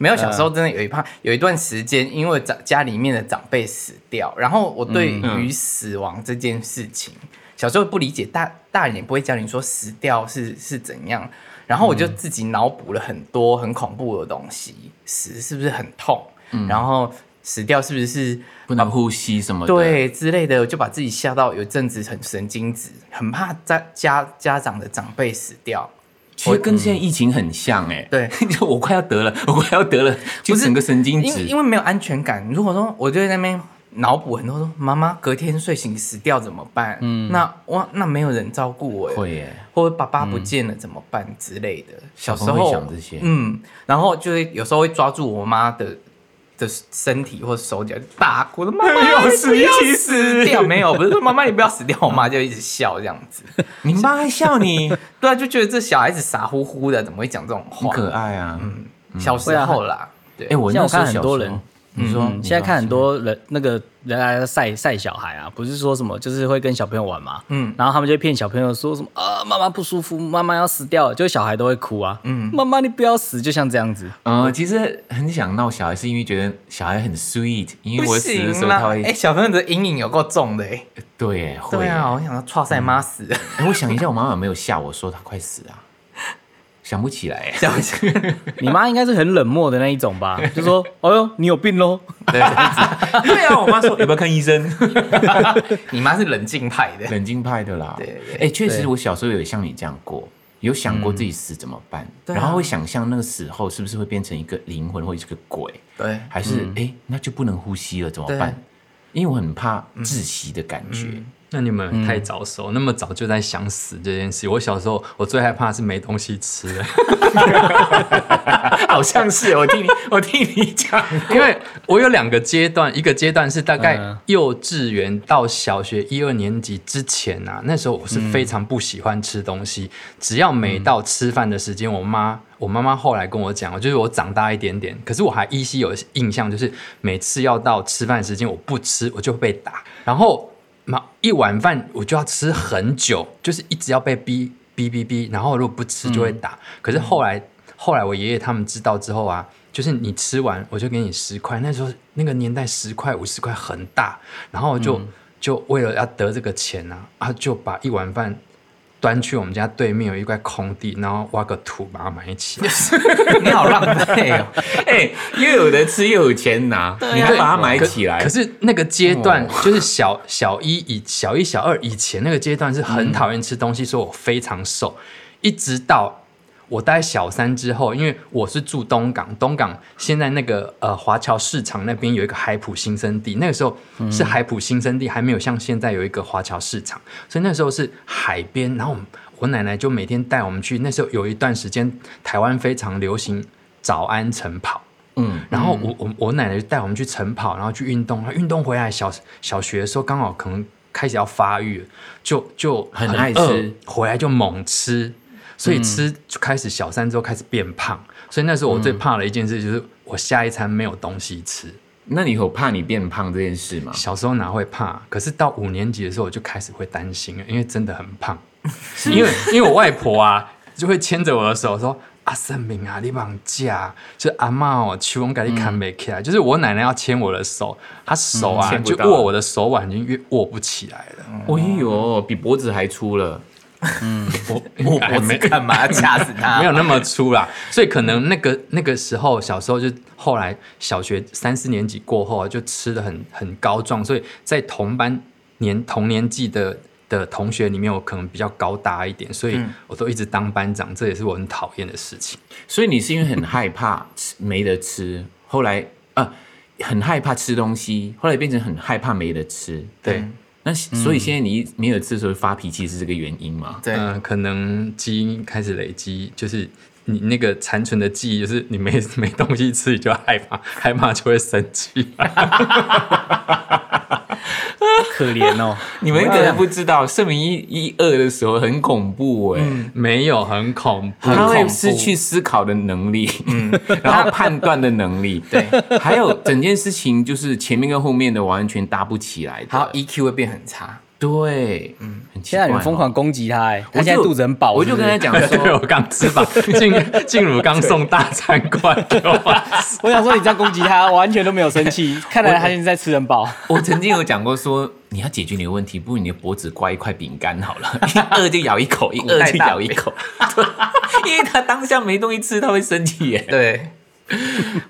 S3: 没有，小
S4: 嗯
S3: 时候真的有一怕，有一段时间，因为长家里面的长辈死掉，然后我对
S4: 嗯
S3: 于死亡这件事情，小时候不理解，大大人也不会教你说死掉是是怎样，然后我就
S4: 嗯
S3: 自己脑补了很多很恐怖的东西，死是不是很痛，
S4: 嗯
S3: 然后死掉是不是
S2: *laughs* 不能呼吸什么的。，
S3: 对之类的，我就把自己吓到有一阵子很神经质，很怕家家家长的长辈死掉。
S2: 其实跟现在疫情很像哎、
S3: 嗯
S2: *laughs*
S3: 对，
S2: 就我快要得了， *laughs* 我快要得了，就整个神经
S3: 因为
S2: 质
S3: 因。为没有安全感。如果说我就在那边脑补很多说，妈妈隔天睡醒死掉怎么办？嗯，那哇，那没有人照顾我耶，欸
S2: 会嗯耶，
S3: 或者爸爸不见了怎么办之类的。小时
S2: 朋友
S3: 候
S2: 会想这些
S3: 嗯，然后就会有时候会抓住我妈的的身体或手脚大哭
S2: *laughs*
S3: 的妈妈，你不要死掉没有？不是说妈妈你不要死掉，我妈就一直笑这样子。
S2: 你妈还
S3: *laughs*
S2: 笑你，
S3: 对啊，就觉得这小孩子傻乎乎的，怎么会讲这种
S2: 很
S3: 话？
S2: 可爱啊。嗯，
S3: 小时候啦，对
S2: 哎、，我那时候
S4: 像我看很
S2: 小
S4: 多
S2: 时
S4: 人
S2: 候，你说、
S4: 嗯，现在看很多人那个人来晒晒小孩啊，不是说什么就是会跟小朋友玩嘛，
S3: 嗯
S4: 嗯，然后他们就会骗小朋友说什么啊，妈妈不舒服，妈妈要死掉了，就小孩都会哭啊，嗯，妈妈你不要死，就像这样子，
S2: 呃，其实很想闹小孩，是因为觉得小孩很 sweet，因为
S3: 不
S2: 我死的时
S3: 行
S2: 候
S3: 啦
S2: 他！会，
S3: 哎，小朋友的阴影有够重的哎。
S2: 对耶，会
S3: 对
S2: 耶
S3: 啊，我想要跨赛妈死了，
S2: 哎我想一下，我妈妈有没有吓我说她快死啊？想不起来
S3: *laughs*
S2: 耶，
S3: 这样子。
S4: 你妈应该是很冷漠的那一种
S2: *laughs*
S4: 吧，就说，哎呦，你有病喽，
S2: 对对啊，我妈说要不要看医生？
S3: *laughs* 你妈是冷静派的，
S2: 冷静派的啦。
S3: 对对嗯
S2: 哎、确实
S4: 对
S2: 我小时候有像你这样过，有想过自己死怎么办，
S3: 对啊
S2: 然后会想象那个死后是不是会变成一个灵魂或者是个鬼，
S3: 对，
S2: 还是哎、诶那就不能呼吸了怎么办？因为我很怕窒息的感觉。
S5: 那你们太早熟，那么早就在想死这件事。我小时候，我最害怕是没东西吃欸的，
S2: *laughs* 好像是我听你， *laughs* 我听你讲，
S5: *laughs* 因为我有两个阶段，一个阶段是大概
S4: 嗯
S5: 幼稚园到小学一二年级之前啊，那时候我是非常不喜欢吃东西，只要每到吃饭的时间，我妈我妈妈后来跟我讲，就是我长大一点点，可是我还依稀有印象，就是每次要到吃饭时间我不吃，我就被打，然后嘛一碗饭我就要吃很久，就是一直要被逼逼逼逼，然后如果不吃就会打，可是后来。后来我爷爷他们知道之后啊，就是你吃完我就给你十块，那时候那个年代十块五十块很大，然后我就、就为了要得这个钱啊，啊就把一碗饭端去我们家对面有一块空地，然后挖个土把它埋起来。
S3: 你好浪费
S2: *laughs*
S3: 哦。
S2: 哎、又有的吃又有钱拿，你还把它埋起来
S5: 啊
S2: 哦
S5: 可。是那个阶段就是小 *laughs* 小一以小一小二以前那个阶段是很讨厌吃东西，所以我非常瘦，一直到。我待小三之后，因为我是住东港，东港现在那个呃华侨市场那边有一个海普新生地，那个时候
S2: 嗯
S5: 是海普新生地，还没有像现在有一个华侨市场，所以那时候是海边。然后我们我奶奶就每天带我们去，那时候有一段时间台湾非常流行早安晨跑，然后我我我奶奶就带我们去晨跑，然后去运动，然后运动回来小小学的时候刚好可能开始要发育了，就就
S2: 很爱
S5: 饿
S2: 吃，嗯
S5: 回来就猛吃，所以吃就开始小三之后开始变胖，所以那时候我
S2: 嗯
S5: 最怕的一件事就是我下一餐没有东西吃。
S2: 那你有怕你变胖这件事吗？
S5: 小时候哪会怕？可是到五年级的时候我就开始会担心了，因为真的很胖，因为因为我外婆啊就会牵着我的手说。阿圣明啊，你绑架，就是阿妈哦，去我给你看没起来，就是我奶奶要牵我的手，她手啊、
S2: 牵不
S5: 就
S2: 到
S5: 握我的手腕已经越握不起来了。
S2: 哎呦，比脖子还粗了。
S3: 我
S5: *laughs*
S3: 我是干嘛掐死他？
S5: 没有那么粗啦，所以可能那个那个时候小时候就后来小学三四年级过后啊，就吃的很很高壮，所以在同班年同年纪的的同学里面，我可能比较高大一点，所以我都一直当班长，这也是我很讨厌的事情。
S2: 所以你是因为很害怕吃没得吃，后来啊、很害怕吃东西，后来变成很害怕没得吃。
S5: 对，
S2: 那所以现在你没有吃的时候发脾气是这个原因吗？
S3: 对，
S5: 嗯、可能基因开始累积，就是你那个残存的记忆，就是你没 *laughs* 没东西吃，你就害怕，害怕就会生气。 *laughs*
S4: 可怜哦。
S2: 你们可能不知道，盛明一一二的时候很恐怖哎、
S4: 嗯
S5: 没有，很恐怖。
S2: 他会失去思考的能力，嗯， *laughs* 然后判断的
S4: *laughs*
S2: 能力，对，还有整件事情就是前面跟后面的完全搭不起来
S3: 然后
S2: 的，
S3: EQ ，E 会变很差。
S2: 对，嗯，很 *laughs* 奇
S4: 现在
S2: 怪、哦。
S4: 你们疯狂攻击他、哎，
S2: 我就，
S4: 他现在肚子很饱，
S2: 我就跟他
S4: 是
S2: 讲
S5: 对，
S4: *laughs*
S5: 我
S2: 说，
S5: 刚吃饱，静静茹刚送大餐过来给我。
S4: 不是我想说你这样攻击他，我完全都没有生
S2: *laughs*
S4: 气，看来他现在吃很饱。
S2: 我曾经有讲过说，你要解决你的问题，不如你的脖子挂一块饼干好了， *laughs* 一饿就咬一口，一饿就咬一口，对， *laughs* 因为他当下没东西吃，他会生气耶。
S3: 对，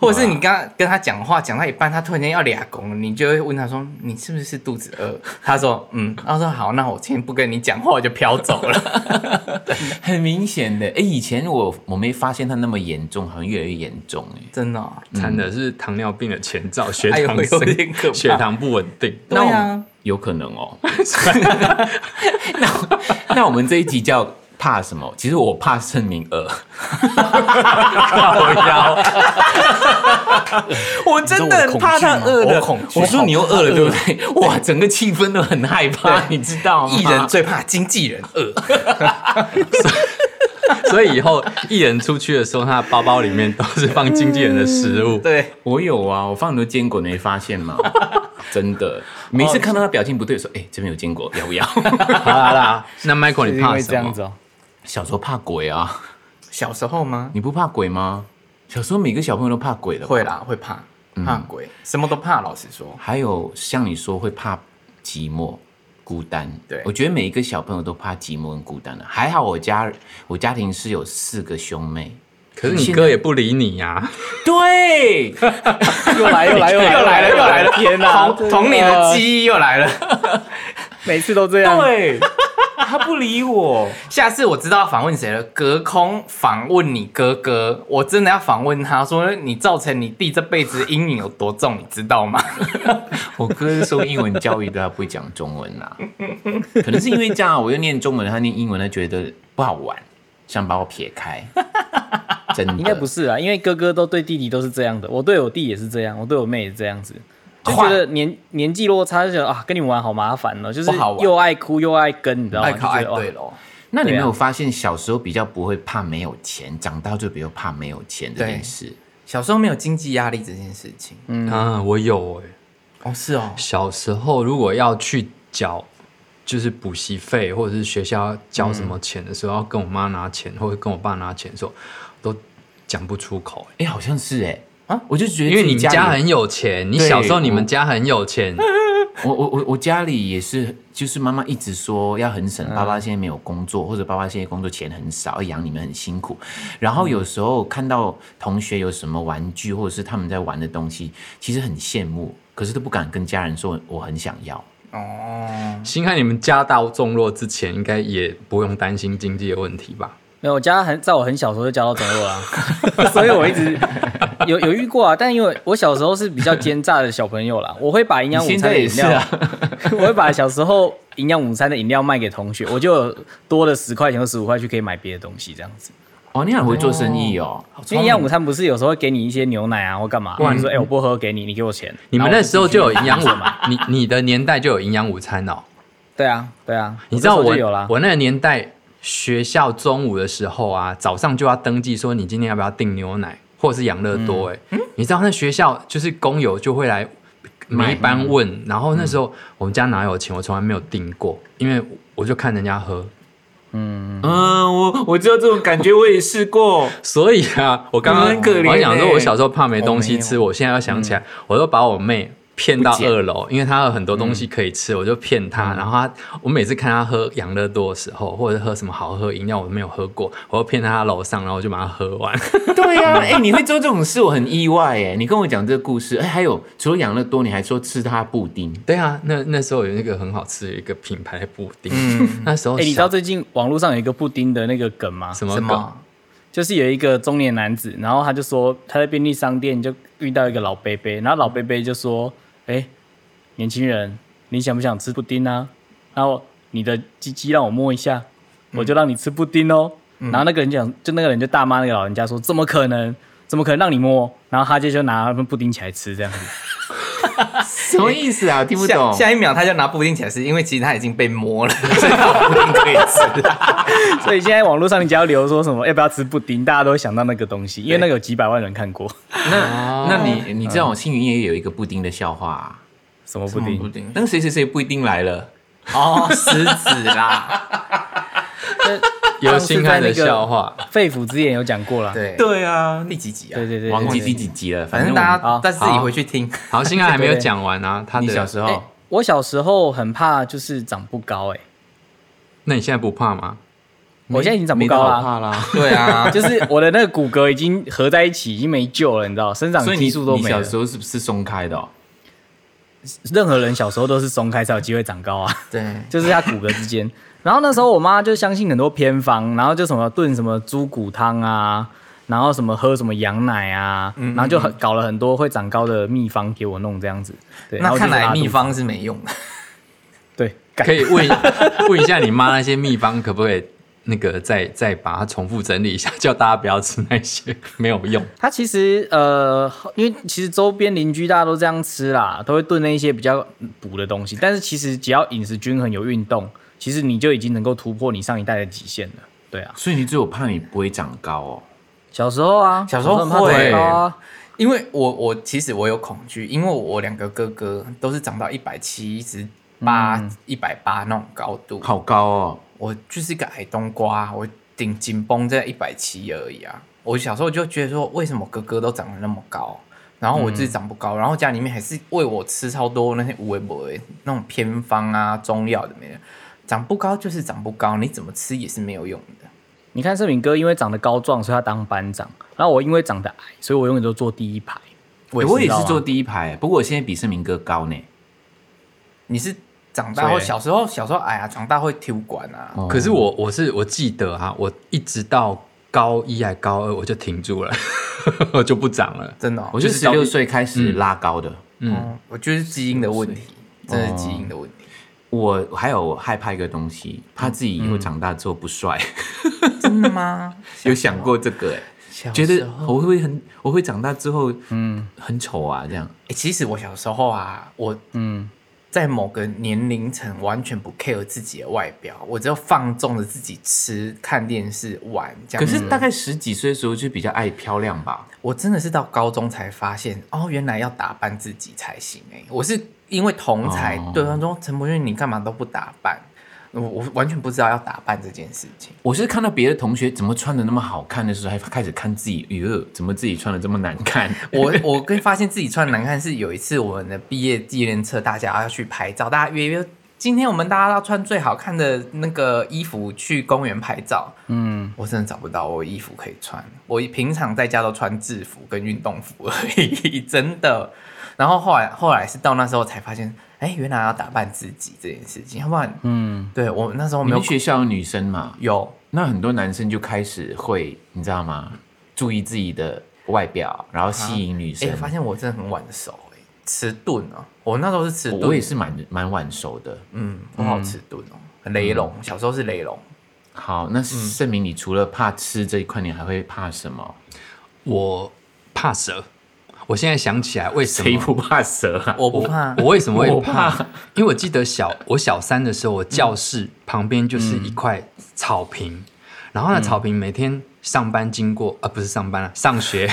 S3: 或者是你刚刚跟他讲话讲到一半，他突然间要俩拱，你就会问他说：“你是不是肚子饿？”他说：“嗯。”然后说：“好，那我今天不跟你讲话，我就飘走了。 *laughs*
S2: 很明显的，哎、以前我我没发现他那么严重，好像越来越严重哎”。
S3: 真的哦、
S5: 惨的是糖尿病的前兆，血
S3: 哎呦
S5: 糖
S3: 有点可怕
S5: 升，*laughs* 血糖不稳定。
S3: 对啊，
S2: 有可能哦。 *laughs* 那那我 *laughs* 们这一集叫怕什么？其实我怕盛明二，
S5: 靠 *laughs* 腰，
S2: 我真的很怕他饿
S3: 你知道我
S2: 的
S3: 的恐惧吗我恐惧
S2: 我说你又饿了，对不对？哇，整个气氛都很害怕，你知道吗？
S3: 艺人最怕经纪人饿，
S5: 所以以后艺人出去的时候，他的包包里面都是放经纪人的食物。
S3: 对，
S2: *laughs* 我有啊，我放很多坚果，你没
S5: *laughs*
S2: 发现吗？真的，每次看到他表情不对，说哎、这边有坚果，要不要？
S5: 好啦好啦，那 Michael 你
S4: 因
S5: 怕
S4: 为这
S5: 什
S4: 样
S5: 么
S4: 子？哦、
S2: 小时候怕鬼啊， *laughs*
S3: 小时候吗？
S2: 你不怕鬼吗？小时候每个小朋友都怕鬼的，
S3: 会。啦，会怕，怕鬼，什么都怕。老实
S2: *laughs*
S3: 说，
S2: 还有像你说会怕寂寞、孤单，
S3: 对
S2: 我觉得每一个小朋友都怕寂寞跟孤单的、啊还好我家我家庭是有四个兄妹，
S5: 可是你哥也不理你呀、
S2: 对，
S4: 又来又
S3: *laughs*
S4: 来又来
S3: 又来了，又来了，
S4: 天哪！啊
S3: 童童年的记忆又来了。
S4: 每次都这样。
S2: 对，他不理我，
S3: 下次我知道要访问谁了，隔空访问你哥哥，我真的要访问他说你造成你弟这辈子阴影有多重，你知道吗？
S2: *laughs* 我哥是受英文教育的，他不会讲中文啦、可能是因为这样，我又念中文，他念英文，他觉得不好玩，想把我撇开。真的
S4: 应该不是啊，因为哥哥都对弟弟都是这样的，我对我弟也是这样，我对我妹也是这样子，就觉得年年纪落差，就觉得啊，跟你们玩好麻烦哦，就是
S3: 不好玩
S4: 又爱哭又爱跟，你知道吗？
S3: 爱
S4: 就
S3: 考
S4: 觉
S3: 爱
S4: 得哇
S3: 对喽，
S2: 那你没
S4: 对啊
S2: 有发现小时候比较不会怕没有钱，长大就比较怕没有钱这件
S3: 对
S2: 事？
S3: 小时候没有经济压力这件事情，嗯，
S5: 啊，我有哎、
S3: 哦是哦，
S5: 小时候如果要去缴，就是补习费或者是学校要交什么钱的时候，要跟我妈拿钱或者跟我爸拿钱的时候，都讲不出口、欸
S2: 哎、好像是哎、啊，我就觉得
S5: 因为你
S2: 自己
S5: 们家
S2: 里
S5: 很有钱，你
S2: 对
S5: 小时候你
S2: 我
S5: 们家很有钱，
S2: 我我我我家里也是，就是妈妈一直说要很省，爸爸现在没有工作，或者爸爸现在工作钱很少，要养你们很辛苦。然后有时候看到同学有什么玩具，或者是他们在玩的东西，其实很羡慕，可是都不敢跟家人说我很想要。
S3: 哦，
S5: 新汉你们家道中落之前，应该也不用担心经济的问题吧？
S4: 没有，我家很在我很小时候就交到中落啊，所以我一直有有遇过啊。但因为我小时候是比较奸诈的小朋友啦，我会把营养午
S2: 现
S4: 餐
S2: 在
S4: 的
S2: 也
S4: 饮
S2: 是
S4: 料，
S2: 啊，
S4: *laughs* 我会把小时候营养午餐的饮料卖给同学，我就有多了十块钱或十五块去可以买别的东西这样子。
S2: 哦，你很会做生意哦。
S4: 因为营养午餐不是有时候会给你一些牛奶啊或干嘛，
S5: 哇
S4: 你说哎、我不喝给你，你给我钱。
S5: 你们
S4: 然后
S5: 那时候就有营养午，你你的年代就有营养
S4: *laughs*
S5: 午餐哦。
S4: 对啊对啊，
S5: 你知道
S4: 我那时
S5: 我
S4: 候就有啦，
S5: 我那个年代学校中午的时候啊，早上就要登记说你今天要不要订牛奶或者是养乐多、欸。哎、
S4: 嗯
S5: 你知道那学校就是工友就会来每一班
S4: 嗯
S5: 问，然后那时候我们家哪有钱，我从来没有订过，因为我就看人家喝。
S2: 嗯，我我知道这种感觉，我也试过。
S5: 所以啊，我刚刚
S2: 你很可怜欸
S5: 我还想说，我小时候怕没东西
S3: 我没
S5: 吃，我现在要想起来，我都把我妹骗到二楼，因为她有很多东西可以吃，我就骗她。然后她，我每次看她喝养乐多的时候，或者是喝什么好喝饮料，我都没有喝过，我就骗她她楼上，然后我就把它喝完。
S2: 对呀、哎、你会做这种事，我很意外哎。你跟我讲这个故事，哎、还有除了养乐多，你还说吃它布丁。
S5: 对啊，那那时候有那个很好吃的一个品牌的布丁，那时候
S4: 哎、你知
S5: 小
S4: 道最近网络上有一个布丁的那个梗吗？
S5: 什么
S3: 什
S5: 梗？
S3: 么？
S4: 就是有一个中年男子，然后他就说他在便利商店就遇到一个老伯伯，然后老伯伯就说：“哎，年轻人，你想不想吃布丁啊？然后你的鸡鸡让我摸一下，我就让你吃布丁哦。然后那个人讲，就那个人就大骂那个老人家说：“怎么可能？怎么可能让你摸？”然后他就就拿那份布丁起来吃，这样子。 *laughs*
S2: 什么意思啊？听不
S3: 下
S2: 懂。
S3: 下一秒他就拿布丁起来吃，因为其实他已经被摸了，所以他有布丁可以吃了。
S4: 所以现在网络上你只要留说什么要哎不要吃布丁，大家都会想到那个东西，因为那个有几百万人看过。
S2: 那那你你知道我星云也有一个布丁的笑话、啊，
S4: 什么布丁？
S3: *laughs* 丁
S2: 那个谁谁谁布丁来了，
S3: 哦，食指啦，
S5: 有心汉的笑话，
S4: 肺腑之言有讲过了。
S3: 对
S2: 对啊，
S3: 第几集啊？
S4: 对对对，
S2: 忘
S4: 对
S2: 记
S4: 对
S2: 第几集了，
S3: 反
S2: 反
S3: 正
S2: 正
S3: 大
S2: 大
S3: 家
S4: 好
S3: 但是自己回去听。
S5: 好，心汉还没有
S4: 对对
S5: 讲完啊，他
S2: 家
S5: 的
S2: 你小时
S4: 哎、
S2: 候
S4: 我小时候很怕就是长不高、哎，
S5: 那你现在不怕吗？
S4: 我现在已经长不
S2: 没
S4: 高
S2: 得好
S4: 了，
S2: 怕啦，
S3: 对
S4: *laughs*
S3: 啊，
S4: 就是我的那个骨骼已经合在一起，已经没救了，你知道，生长
S2: 所以
S4: 激
S2: 你
S4: 素呃都
S2: 你
S4: 没了
S2: 小。时候是不是松开的、哦？
S4: 任何人小时候都是松开才有机会长高啊， *laughs*
S3: 对，
S4: 就是他骨骼之间。然后那时候我妈就相信很多偏方，然后就什么炖什么猪骨汤啊，然后什么喝什么羊奶啊，然后就很搞了很多会长高的秘方给我弄这样子。对，然
S3: 那
S4: 后
S3: 看
S4: 就是拉
S3: 来
S4: 肚
S3: 秘
S4: 子
S3: 方是没用的。
S4: 对，
S5: 可以问问一 *laughs* 下你妈那些秘方可不可以那个再再把它重复整理一下， *laughs* 叫大家不要吃那些 *laughs* 没有用。
S4: 它其实呃，因为其实周边邻居大家都这样吃啦，都会炖那一些比较补的东西。但是其实只要饮食均衡、有运动，其实你就已经能够突破你上一代的极限了。对啊，
S2: 所以你只有怕你不会长高哦。
S4: 小时候啊，
S3: 小时候
S4: 很怕长
S3: 会
S4: 高啊，
S3: 因为我我其实我有恐惧，因为我两个哥哥都是长到一百七十八、一百八那种高度，
S2: 好高哦，
S3: 我就是一个矮冬瓜，我顶紧绷在一百七而已啊。我小时候就觉得说，为什么哥哥都长得那么高，然后我自己长不高，然后家里面还是喂我吃超多那些无为不为那种偏方啊、中药的没的，长不高就是长不高，你怎么吃也是没有用的。
S4: 你看盛敏哥因为长得高壮，所以他当班长；然后我因为长得矮，所以我永远都坐第一排。
S2: 我也
S4: 知道
S2: 是
S4: 啊
S2: 坐第一排，不过我现在比盛明哥高呢。
S3: 你是长大后，小时候小时候矮啊，长大会体育馆啊。
S5: *laughs*
S2: 哦
S5: 可是我我是我记得啊，我一直到高一还高二我就停住了， *laughs* 我就不长了。
S3: 真的哦
S2: 我是
S5: 就是
S2: 十
S5: 到
S2: 六岁开始拉高的。
S3: 嗯，我觉得是基因的问题，真的是基
S2: 哦
S3: 因的问题。
S2: 我还有害怕一个东西，怕自己以后长大之后不帅，
S3: 真的吗？
S2: 有想过这个、欸？ *laughs* 觉得我会不会很，我会长大之后，嗯，很丑啊，这样。
S3: 欸其实我小时候啊，我嗯，在某个年龄层完全不 care 自己的外表，我只有放纵着自己吃、看电视、玩这
S2: 可
S3: 样子。
S2: 是大概十几岁的时候就比较爱漂亮吧。
S3: 我真的是到高中才发现，哦，原来要打扮自己才行哎、我是因为同才、
S2: 哦
S3: 对方说陈柏迅你干嘛都不打扮，我我完全不知道要打扮这件事情。
S2: 我是看到别的同学怎么穿的那么好看的时候，还开始看自己，哟、怎么自己穿的这么难看？
S3: 我我跟发现自己穿难看是有一次我们的毕业纪念册，大家要去拍照，大家约约。今天我们大家要穿最好看的那个衣服去公园拍照。嗯，我真的找不到我衣服可以穿，我平常在家都穿制服跟运动服而已， *laughs* 真的。然后后来后来是到那时候才发现，哎，原来要打扮自己这件事情，要不然，嗯，对我那时候
S2: 你
S3: 没有
S2: 们学校有女生嘛？
S3: 有
S2: 那很多男生就开始会，你知道吗？注意自己的外表，然后吸引女
S3: 哎、
S2: 生。
S3: 发现我真的很晚熟、哎，迟钝哦。我那时候是迟钝，
S2: 我也是蛮蛮晚熟的。
S3: 嗯，我好迟钝哦，雷龙，小时候是雷龙，
S2: 好，那证明你除了怕吃这一块，你还会怕什么？
S5: 我怕蛇，我现在想起来为什么
S2: 谁不怕蛇啊？
S3: 我不怕
S5: 我，为什么会
S2: 我怕嗯
S5: 怕？因为我记得小我小三的时候，我教室旁边就是一块草坪，然后呢，
S2: 嗯
S5: 草坪每天上班经过啊，不是上班啊，上学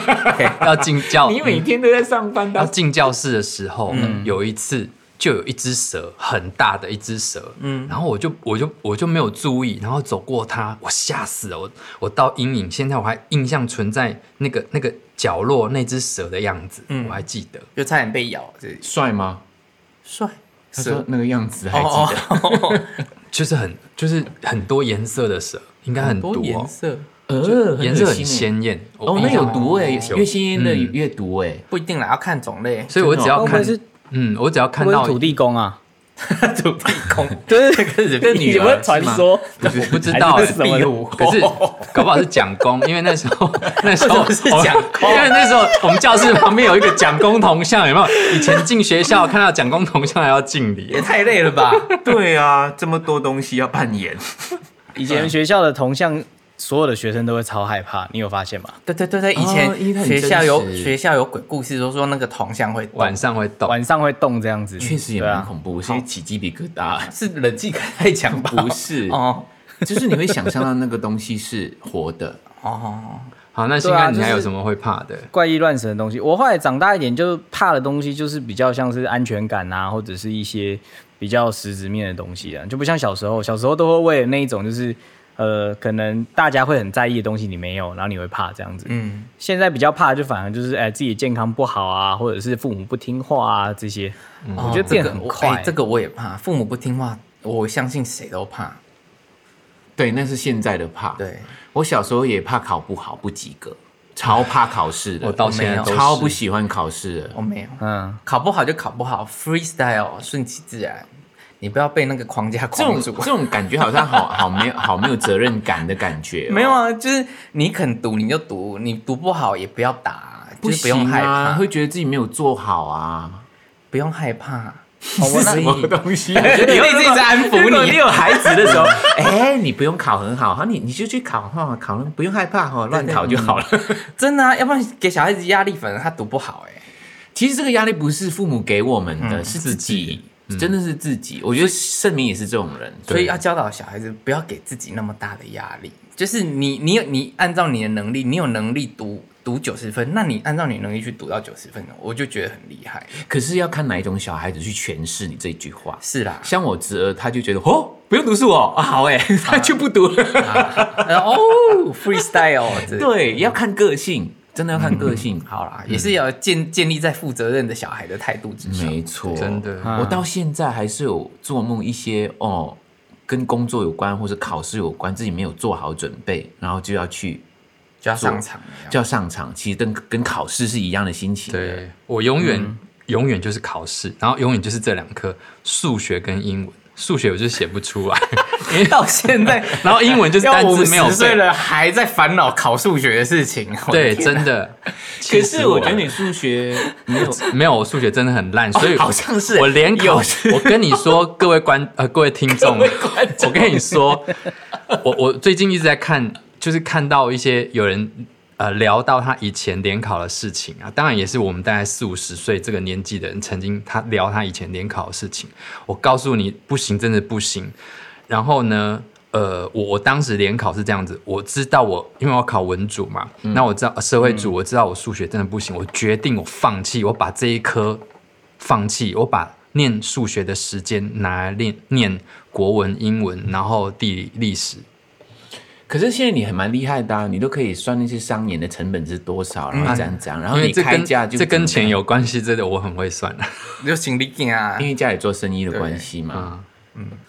S5: *laughs* 要进教，
S2: *laughs*
S5: 嗯
S2: 你每天都在上班
S5: 要
S2: 的，嗯
S5: 进教室的时候，有一次就有一只蛇，很大的一只蛇，嗯，然后我就我就我就没有注意，然后走过它，我吓死了，我我到阴影，现在我还印象存在那个那个角落那只蛇的样子，
S2: 嗯
S5: 我还记得。
S3: 就差点被咬，这
S2: 帅吗？
S3: 帅
S2: 他说那个样子还
S3: 哦
S2: 记得。
S3: 哦，
S5: 就是很就是很多颜色的蛇，应该很毒
S3: 多颜
S5: 哦，
S3: 色
S2: 呃
S5: 颜色
S2: 恶
S5: 很
S2: 心欸
S5: 鲜艳。
S2: 哦
S5: 我，印
S2: 那
S5: 象
S2: 有毒哎、
S5: 有
S2: 越鲜艳的
S5: 嗯
S2: 越毒哎、欸。
S3: 不一定啦，要看种类，
S5: 所以我只要
S4: 会不
S5: 看
S4: 会哦是
S5: 嗯，我只要
S4: 会
S5: 看
S4: 不会
S5: 到
S4: 是土地公啊？
S3: 土地 *laughs* 公，
S4: 对，
S3: 这是
S4: 这你
S3: 屁
S4: 不
S3: 股
S4: 是传说？
S5: *laughs* 我不知道
S4: 还
S5: 哎、
S4: 是什么的
S5: 可是搞不好是蒋公，因为那时候 *laughs* 那时候
S3: 为什么是蒋公
S5: 因为那时候我们教室旁边有一个蒋公铜像，有没有？以前进学校看到蒋公铜像还要敬
S3: 也
S5: 礼，
S3: 太累了吧？
S2: 对啊，这么多东西要扮演，
S4: 以前学校的铜像，所有的学生都会超害怕，你有发现吗？
S3: 对对对对，以
S2: 哦因为它
S3: 前学
S2: 很
S3: 校有
S2: 真实
S3: 学校有鬼故事，都说那个铜像会动
S5: 晚，上会动。
S4: 晚上会动这样
S3: 嗯
S4: 子，
S2: 确实也
S4: 对
S2: 蛮
S4: 啊。
S2: 恐怖，现在起鸡皮疙瘩。
S3: *laughs* 是冷气开太强吧？
S2: 不
S3: *laughs*
S2: 是，
S3: 哦
S2: *laughs* 就是你会想象到那个东西是活的，
S3: 哦，
S5: 好，那新
S4: 对啊
S5: 安你还
S4: 就是
S5: 有什么会怕的？
S4: 怪异乱神的东西，我后来长大一点，就怕的东西就是比较像是安全感啊，或者是一些比较实质面的东西啊，就不像小时候，小时候都会为了那一种就是呃，可能大家会很在意的东西你没有，然后你会怕这样子。
S3: 嗯，
S4: 现在比较怕的就反而就是哎、自己健康不好啊，或者是父母不听话啊这些，我觉得变
S3: 哦这个
S4: 很
S3: 我
S4: 快、
S3: 嗯哎这个我也怕，父母不听话，我相信谁都怕，
S2: 对，那是现在的怕。
S3: 对，
S2: 我小时候也怕考不好、不及格，超怕考试的，
S5: 我到现在
S3: 我
S5: 都是
S2: 超不喜欢考试的。
S3: 我没有。
S4: 嗯，
S3: 考不好就考不好，freestyle 顺其自然，你不要被那个框架
S2: 这种
S3: 框
S2: 这
S3: 住。
S2: *laughs* 种感觉好
S3: *laughs*
S2: 像好好没有好没有责任感的感觉、哦
S3: 没有，啊，就是你肯读你就读，你读不好也不要打、
S2: 不
S3: 就是不
S2: 行
S3: 用害
S2: 啊，
S3: 怕，
S2: 会觉得自己没有做好啊。
S3: 不用害
S2: *laughs*
S3: 怕。哦
S2: 什么
S3: *laughs*
S2: 东西、啊？
S4: 嗯
S3: 觉得你自己在安
S2: 如果
S3: 抚
S2: 你
S3: 你，
S2: 有孩子的时候， *laughs* 哎、你不用考很好，哈，你你就去考哈，考了不用害怕哈，乱考就好了。
S3: 真的、啊，要不然给小孩子压力，反正他读不好、哎，
S2: 其实这个压力不是父母给我们的，是嗯自己，嗯真的是自己。我觉得盛明也是这种人，啊
S3: 所以要教导小孩子不要给自己那么大的压力。就是你，你有你按照你的能力，你有能力读读九十分，那你按照你的能力去读到九十分，我就觉得很厉害。
S2: 可是要看哪一种小孩子去诠释你这句话。
S3: 是啦，
S2: 像我侄儿，他就觉得哦，不用读书哦，啊好哎， *laughs* 他就不读了。
S3: 然后哦，freestyle，对哦
S2: 对，要看个性，真的要看个性。
S3: 好啦，啊也是要建建立在负责任的小孩的态度之上。
S2: 没错，嗯
S5: 真的
S2: 我到现在还是有做梦一些哦，跟工作有关或者考试有关，自己没有做好准备，然后就要去
S3: 就要上场了，
S2: 就要上场，其实跟跟考试是一样的心情。，
S1: 嗯
S5: 对我永远永远就是考试，然后永远就是这两科，数学跟英文。数学我就写不出来， *laughs*
S3: 到现在，
S5: 然后英文就是单字没有
S3: 50岁
S5: 背。
S3: 了，还在烦恼考数学的事情。我的
S5: 对，
S3: 天
S5: 真的。
S1: 可
S5: 其
S1: 是
S5: 实
S1: 我觉得你数学没有，
S5: 没有，我数学真的很烂，所以
S3: 哦好像是
S5: 我连考。
S3: 有
S5: 我跟你说，各位观 *laughs* 呃各位听众，我跟你说，我我最近一直在看，就是看到一些有人呃聊到他以前联考的事情啊，当然也是我们大概四五十岁这个年纪的人曾经他聊他以前联考的事情。我告诉你，不行，真的不行。然后呢，呃，我我当时联考是这样子，我知道我因为我考文组嘛，
S2: 嗯
S5: 那我知道呃社会组，我知道我数学真的不行，我决定我放弃，我把这一科放弃，我把念数学的时间拿来练念国文、英文，然后地理、历史。
S2: 可是现在你还蛮厉害的啊，你都可以算那些商演的成本是多少，然后怎样怎样，然后
S5: 嗯因为
S2: 你
S5: 这
S2: 开
S5: 跟
S2: 价就
S5: 这跟
S2: 怎么
S5: 钱
S2: 样，
S5: 有关系，这个我很会算。
S3: *laughs*
S5: 啊
S3: 就行李劲啊
S2: 因，为家里做生意的关系嘛。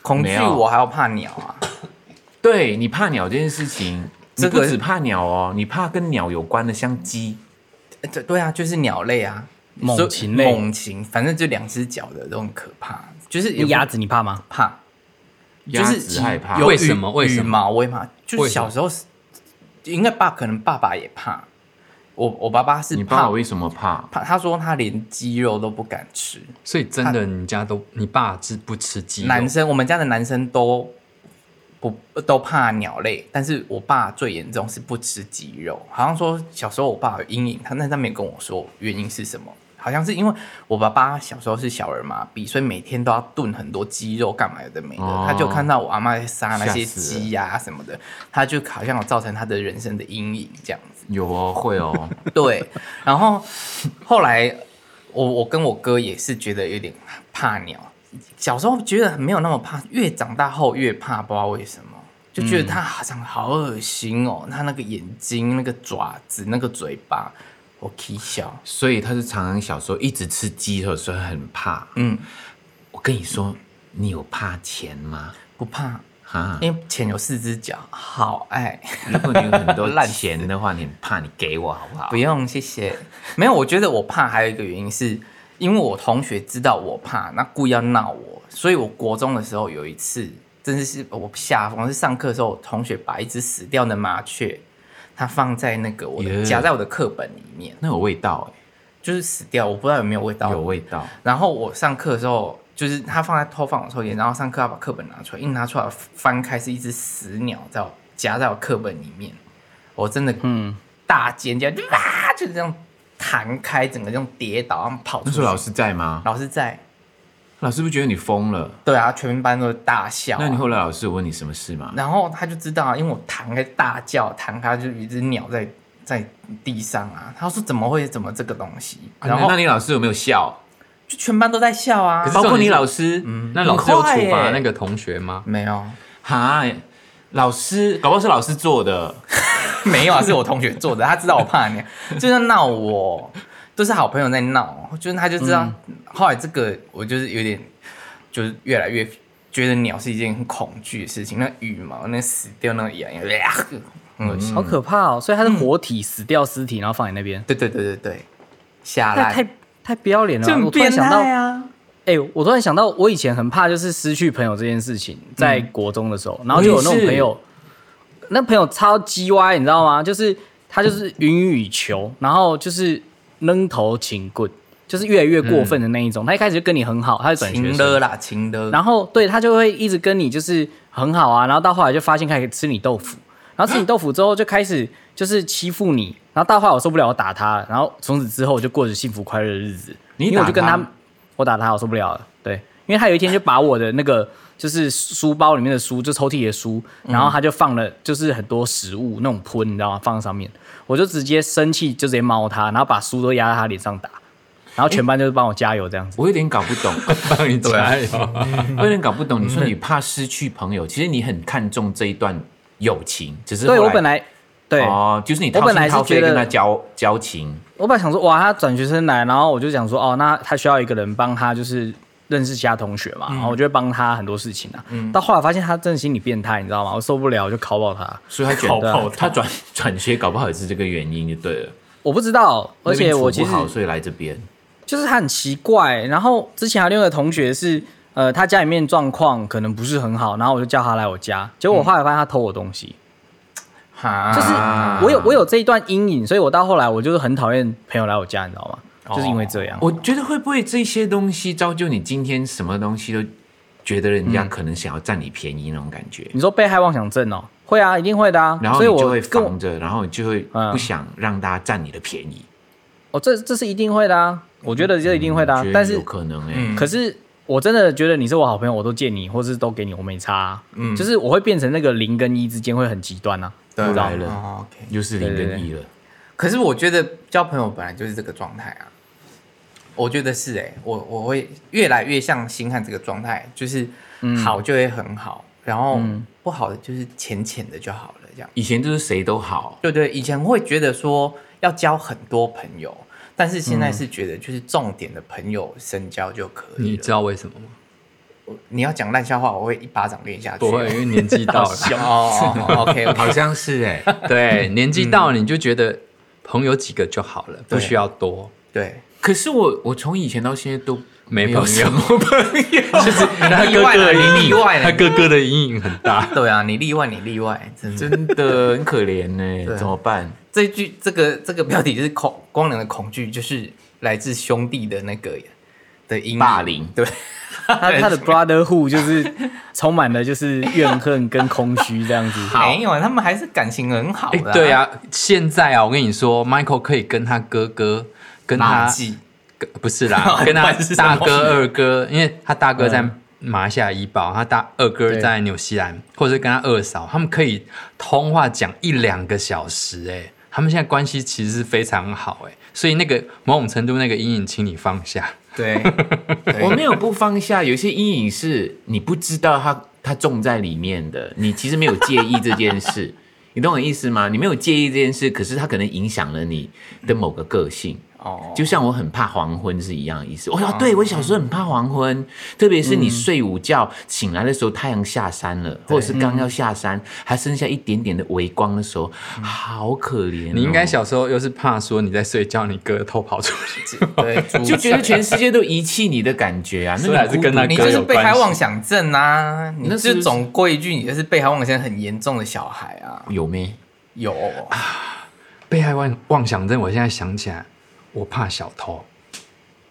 S3: 恐
S2: 没
S3: 惧
S2: 有
S3: 我还要怕鸟啊。
S5: 嗯
S2: 对你怕鸟这件事情，你
S3: 这
S2: 不
S3: 个
S2: 只怕鸟哦，你怕跟鸟有关的，像鸡。
S3: 呃对对啊，就是鸟类啊，
S4: 猛
S3: 所以
S4: 禽类
S3: 猛禽，反正就两只脚的都很可怕，就是 *laughs* 有
S4: 鸭子你怕吗？
S3: 怕，就
S2: 鸭
S3: 是
S2: 子害怕
S3: 有
S5: 为什么
S3: 羽
S5: 为什么
S3: 羽毛我也怕，就
S5: 为
S3: 是
S5: 什
S3: 小
S5: 么
S3: 时候是应该爸可能爸爸也怕，我我爸爸是
S2: 你爸
S3: 怕
S2: 爸为什么怕？
S3: 怕，他说他连鸡肉都不敢吃，
S5: *laughs* 所以真
S2: 啊
S5: 的，你家都你爸是不吃鸡肉
S3: 男生我们家的男生都。不都怕鸟类，但是我爸最严重是不吃鸡肉，好像说小时候我爸有阴影，他那他没有跟我说原因是什么，好像是因为我爸爸小时候是小儿麻痹，所以每天都要炖很多鸡肉干嘛有的没的，
S2: 哦
S3: 他就看到我阿妈在杀那些
S2: 吓死了
S3: 鸡呀、什么的，他就好像有造成他的人生的阴影这样子。
S2: 有哦，会哦。
S3: 对，然后后来我我跟我哥也是觉得有点怕鸟，小时候觉得没有那么怕，越长大后越怕，不知道为什么，就觉得它长得好恶心哦，它那个眼睛、那个爪子、那个嘴巴，我起笑。
S2: 所以他是常常小时候一直吃鸡肉，所以很怕。
S3: 嗯，
S2: 我跟你说，你有怕钱吗？
S3: 不怕，
S2: 哈，
S3: 因为钱有四只脚，好爱。
S2: 如果你有很多
S3: 烂死
S2: 钱的话，你很怕，你给我好不好
S5: *laughs*
S3: 不？用，谢谢。没有，我觉得我怕还有一个原因是，因为我同学知道我怕，那故意要闹我，所以我国中的时候有一次，真的是我吓疯，是上课的时候，我同学把一只死掉的麻雀，它放在那个我的
S2: 耶
S3: 夹在我的课本里面，
S2: 那有味道
S3: 就是死掉，我不知道有没有味
S2: 哎、
S3: 道，
S2: 有味
S5: 哦
S2: 道。
S3: 然后我上课的时候，就是他放在偷放我抽烟，然后上课要把课本拿出来，一拿出来翻开是一只死鸟在我夹在我课本里面，我真的嗯大尖叫，哇，就是这样弹开，整个这样跌倒，然后跑出
S2: 那
S3: 去。
S2: 时候老师在吗？
S3: 老师在，
S2: 老师不觉得你疯了？
S3: 对啊，全班都大笑啊、
S2: 那你后来老师有问你什么事吗？
S3: 然后他就知道啊，因为我弹开大叫，弹开就是一只鸟在在地上啊，他说怎么会怎么这个东西，
S2: 啊
S3: 然后
S2: 那你老师有没有笑？
S3: 就全班都在笑啊，
S5: 可是
S2: 包括
S5: 重点
S2: 你
S5: 是
S2: 老师，嗯，
S5: 那老师有
S2: 很快
S5: 处罚
S2: 耶
S5: 那个同学吗？
S3: 没有。
S2: 哈，老师，搞不好是老师做的。
S3: *laughs* 没有啊，是我同学做的，他知道我
S4: *laughs*
S3: 怕你，就是闹我，都是好朋友在闹，就是他就知道。
S4: 嗯
S3: 后来这个我就是有点，就是越来越觉得鸟是一件很恐惧的事情，那羽毛、那死掉那个眼，呀，很恶心。
S4: 好可怕哦！所以
S3: 嗯
S4: 它是活体死掉尸体，然后放你那边，
S3: 对对对对对，下
S4: 那
S3: 来
S4: 太太不要脸了
S3: 这
S4: 吧！
S3: 很
S4: 我突然想到
S3: 变态啊！
S4: 哎、我突然想到，我以前很怕就是失去朋友这件事情，在
S3: 嗯
S4: 国中的时候，然后就有那种朋友，那朋友超鸡歪，你知道吗？就是他就是云雨求，然后就是扔头请棍，就是越来越过分的那一种。他一开始就跟你很好，他是转学
S3: 情
S4: 生，
S3: 的啦，情的。
S4: 然后对他就会一直跟你就是很好啊，然后到后来就发现开始吃你豆腐，然后吃你豆腐之后就开始就是欺负你，然后到后来我受不了，我打他了，然后从此之后我就过着幸福快乐的日子。
S2: 你
S4: 因为我
S2: 打
S4: 就跟
S2: 他
S4: 他，我打他，我受不了了。对，因为他有一天就把我的那个就是书包里面的书，就抽屉里的书，然后他就放了就是很多食物那种喷，你知道吗？放在上面，我就直接生气，就直接猫他，然后把书都压在他脸上打，然后全班就是帮我加油这样子。
S2: 我有点搞不
S4: *laughs*
S2: 懂，啊
S5: 帮你加油！
S2: 我有点搞不
S4: 嗯
S2: 懂。你说你怕失去朋友，其实你很看重这一段友情，只是
S4: 对
S2: 后
S4: 我本来对、
S2: 哦，就是你
S4: 我
S2: 掏
S4: 本来
S2: 心
S4: 是
S2: 掏肺
S4: 觉得
S2: 跟他交交情，
S4: 我本来想说，哇，他转学生来，然后我就想说，哦，那他需要一个人帮他，就是认识其他同学嘛，
S2: 嗯
S4: 然后我就会帮他很多事情啊。到后来发现他真的心理变态，你知道吗？我受不了，我就拷爆他。
S2: 所以他
S4: 好爆
S2: 转他转转学，搞不好也是这个原因就对了。
S4: 我不知道，而且我
S2: 那边
S4: 其
S2: 处
S4: 实
S2: 不好，所以来这边。
S4: 就是他很奇怪。然后之前还有另外一个同学是，呃，他家里面状况可能不是很好，然后我就叫他来我家，结
S2: 嗯
S4: 果我后来发现他偷我东西，
S2: 啊
S3: 哈，
S4: 就是我有我有这一段阴影，所以我到后来我就是很讨厌朋友来我家，你知道吗？就是因为这样。
S2: 我觉得会不会这些东西造就你今天什么东西都觉得人
S4: 嗯
S2: 家可能想要占你便宜那种感觉，
S4: 你说被害妄想症哦，会啊，一定会的啊。
S2: 然后
S4: 嗯所
S2: 你
S4: 以
S2: 就
S4: 我
S2: 会
S4: 跟我
S2: 防着，然后你就会
S4: 嗯
S2: 不想让大家占你的便宜。
S4: 哦，这这是一定会的啊，我觉得这一定会的、啊
S2: 觉得
S4: 但是
S2: 有可能哎、
S3: 嗯
S4: 可是我真的觉得你是我好朋友，我都借你，或是都给你，我没差、啊。嗯，就是我会变成那个零跟一之间会很极端啊。
S3: 对
S2: 又来了
S3: 哦，OK。
S2: 又是零跟一了。
S3: 可是我觉得交朋友本来就是这个状态啊，我觉得是哎、我我会越来越像星汉这个状态，就是
S5: 嗯
S3: 好就会很好，然后不好的就是浅浅的就好了，这样。
S2: 以前就是谁都好，
S3: 对对，以前会觉得说要交很多朋友，但是现在是觉得就是重点的朋友深交就可以
S5: 你
S3: 了。
S5: 知道为什么吗？
S3: 我你要讲烂笑话，我会一巴掌给你下去。
S5: 嗯不会，因为年 *laughs* 纪到了。
S3: 哦哦哦，OK，
S2: 好像是
S4: 欸
S2: 哎、
S5: 对，年纪
S2: 嗯
S5: 到了你就觉得朋友几个就好了，不需要多。
S3: 对，
S2: *laughs* 可是我我从以前到现在
S4: *laughs*
S2: 都
S5: 没朋
S2: 有
S5: 友
S2: 什么朋友， *laughs*
S5: 就是他
S3: 你例
S5: 哥
S3: 外
S5: 哥
S3: 了
S5: 的阴
S3: 你例
S5: 影，
S3: 外了
S5: 他哥哥的阴影很大。
S3: 对啊，你例外，你例外，真的。
S2: 真的很可怜呢、
S3: 对啊
S2: 怎么办？
S3: 这句这个这个标题就是恐光良的恐惧，就是来自兄弟的那个的阴影
S2: 霸凌 *laughs*
S3: 对，
S4: 他
S3: *laughs*
S4: 他的 brotherhood 就是充满了就是怨恨跟空虚这样
S2: *laughs*
S4: 子。
S3: 没有，他们还是感情很好
S5: 哎
S3: 的、，
S5: 对，啊，现在啊，我跟你说，Michael 可以跟他哥哥，跟
S3: 垃
S5: 他
S2: *laughs*
S3: 圾
S5: 跟不是
S3: *laughs*
S5: 啦，跟他
S3: 不然是什么嗯
S5: 大哥、二哥，因为他大哥在马来西亚怡保，他大二哥在纽西兰，或者跟他二嫂，他们可以通话讲一两个小时、哎，他们现在关系其实是非常好、哎，所以那个某种程度那个阴影，请你放下。
S3: 对，
S5: 哎
S2: 我没有不放下，有些阴影是你不知道它它种在里面的，你其实没有介意这
S5: *laughs*
S2: 件事，你懂我意思吗？你没有介意这件事，可是它可能影响了你的某个个性。
S3: 哦，
S2: 就像我很怕黄昏是一样的意思。我想，对我小时候很怕黄昏，特别是你睡午觉醒来的时候，太阳下山了，或者是刚要下山，还剩下一点点的微光的时候，好可怜
S3: 嗯
S2: 哦。
S5: 你应该小时候又是怕说你在睡觉，你哥偷跑出去，
S2: *laughs*
S3: 对，
S2: 就觉得全世界都遗弃你的感觉啊，
S5: 虽
S2: 那
S5: 然
S2: 个
S5: 是跟他
S3: 你就是被害
S5: 有关系
S3: 妄想症啊，你
S2: 那
S3: 就
S2: 是不是
S3: 总归一句，你就是被害妄想症很严重的小孩啊，
S2: 有没？
S3: 有，
S5: *laughs* 被害妄妄想症。我现在想起来，我怕小偷。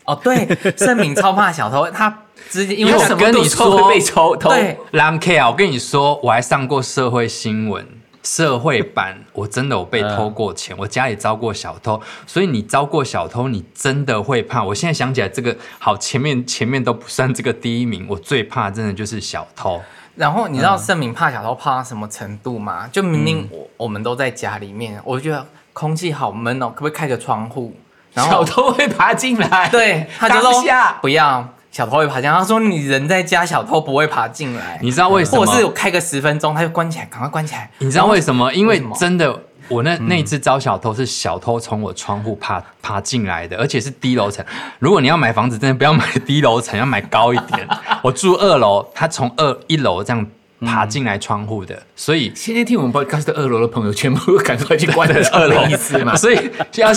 S3: 哦，
S2: *laughs*
S3: 对，盛敏超怕小偷，他直接因为
S2: 有
S3: 他
S2: 什么
S5: 跟
S2: 都
S5: 你
S2: 说
S5: 说
S2: 会
S5: *laughs*
S2: 被抽偷？
S3: 对
S5: l a m K 啊，我跟你说，我还上过社会新闻。社会版，我真的有被
S2: 嗯
S5: 偷过钱，我家里遭过小偷，所以你遭过小偷，你真的会怕。我现在想起来，这个好，前面前面都不算这个第一名，我最怕真的就是小偷。
S3: 然后你知道
S2: 嗯
S3: 盛敏怕小偷怕到什么程度吗？就明明我、我们都在家里面，我就觉得空气好闷哦，可不可以开个窗户？然
S2: 小
S3: 后
S2: 偷会爬进来，
S3: 对他就
S2: 当
S3: 说
S2: 下
S3: 不要，小偷会爬进来。他说你人在家，小偷不会爬进来。
S5: 你知道为什么？
S3: 或者是有开个十分钟，他就关起来，赶快关起来。
S5: 你知道为什么？因为
S3: 为什么
S5: 真的，我那那一次招小偷是小偷从我窗户爬爬进来的，而且是低楼层。如果你要买房子，真的不要买低楼层，要买高一点。我住二楼，他从二一楼这样爬进来窗户的，所以
S2: 现在听我们 podcast 的二楼的朋友，全部赶快去
S3: *laughs*
S2: 关在
S5: 二
S2: 二
S5: 楼？
S2: 楼意思
S5: *laughs*
S2: 嘛
S5: 所以就要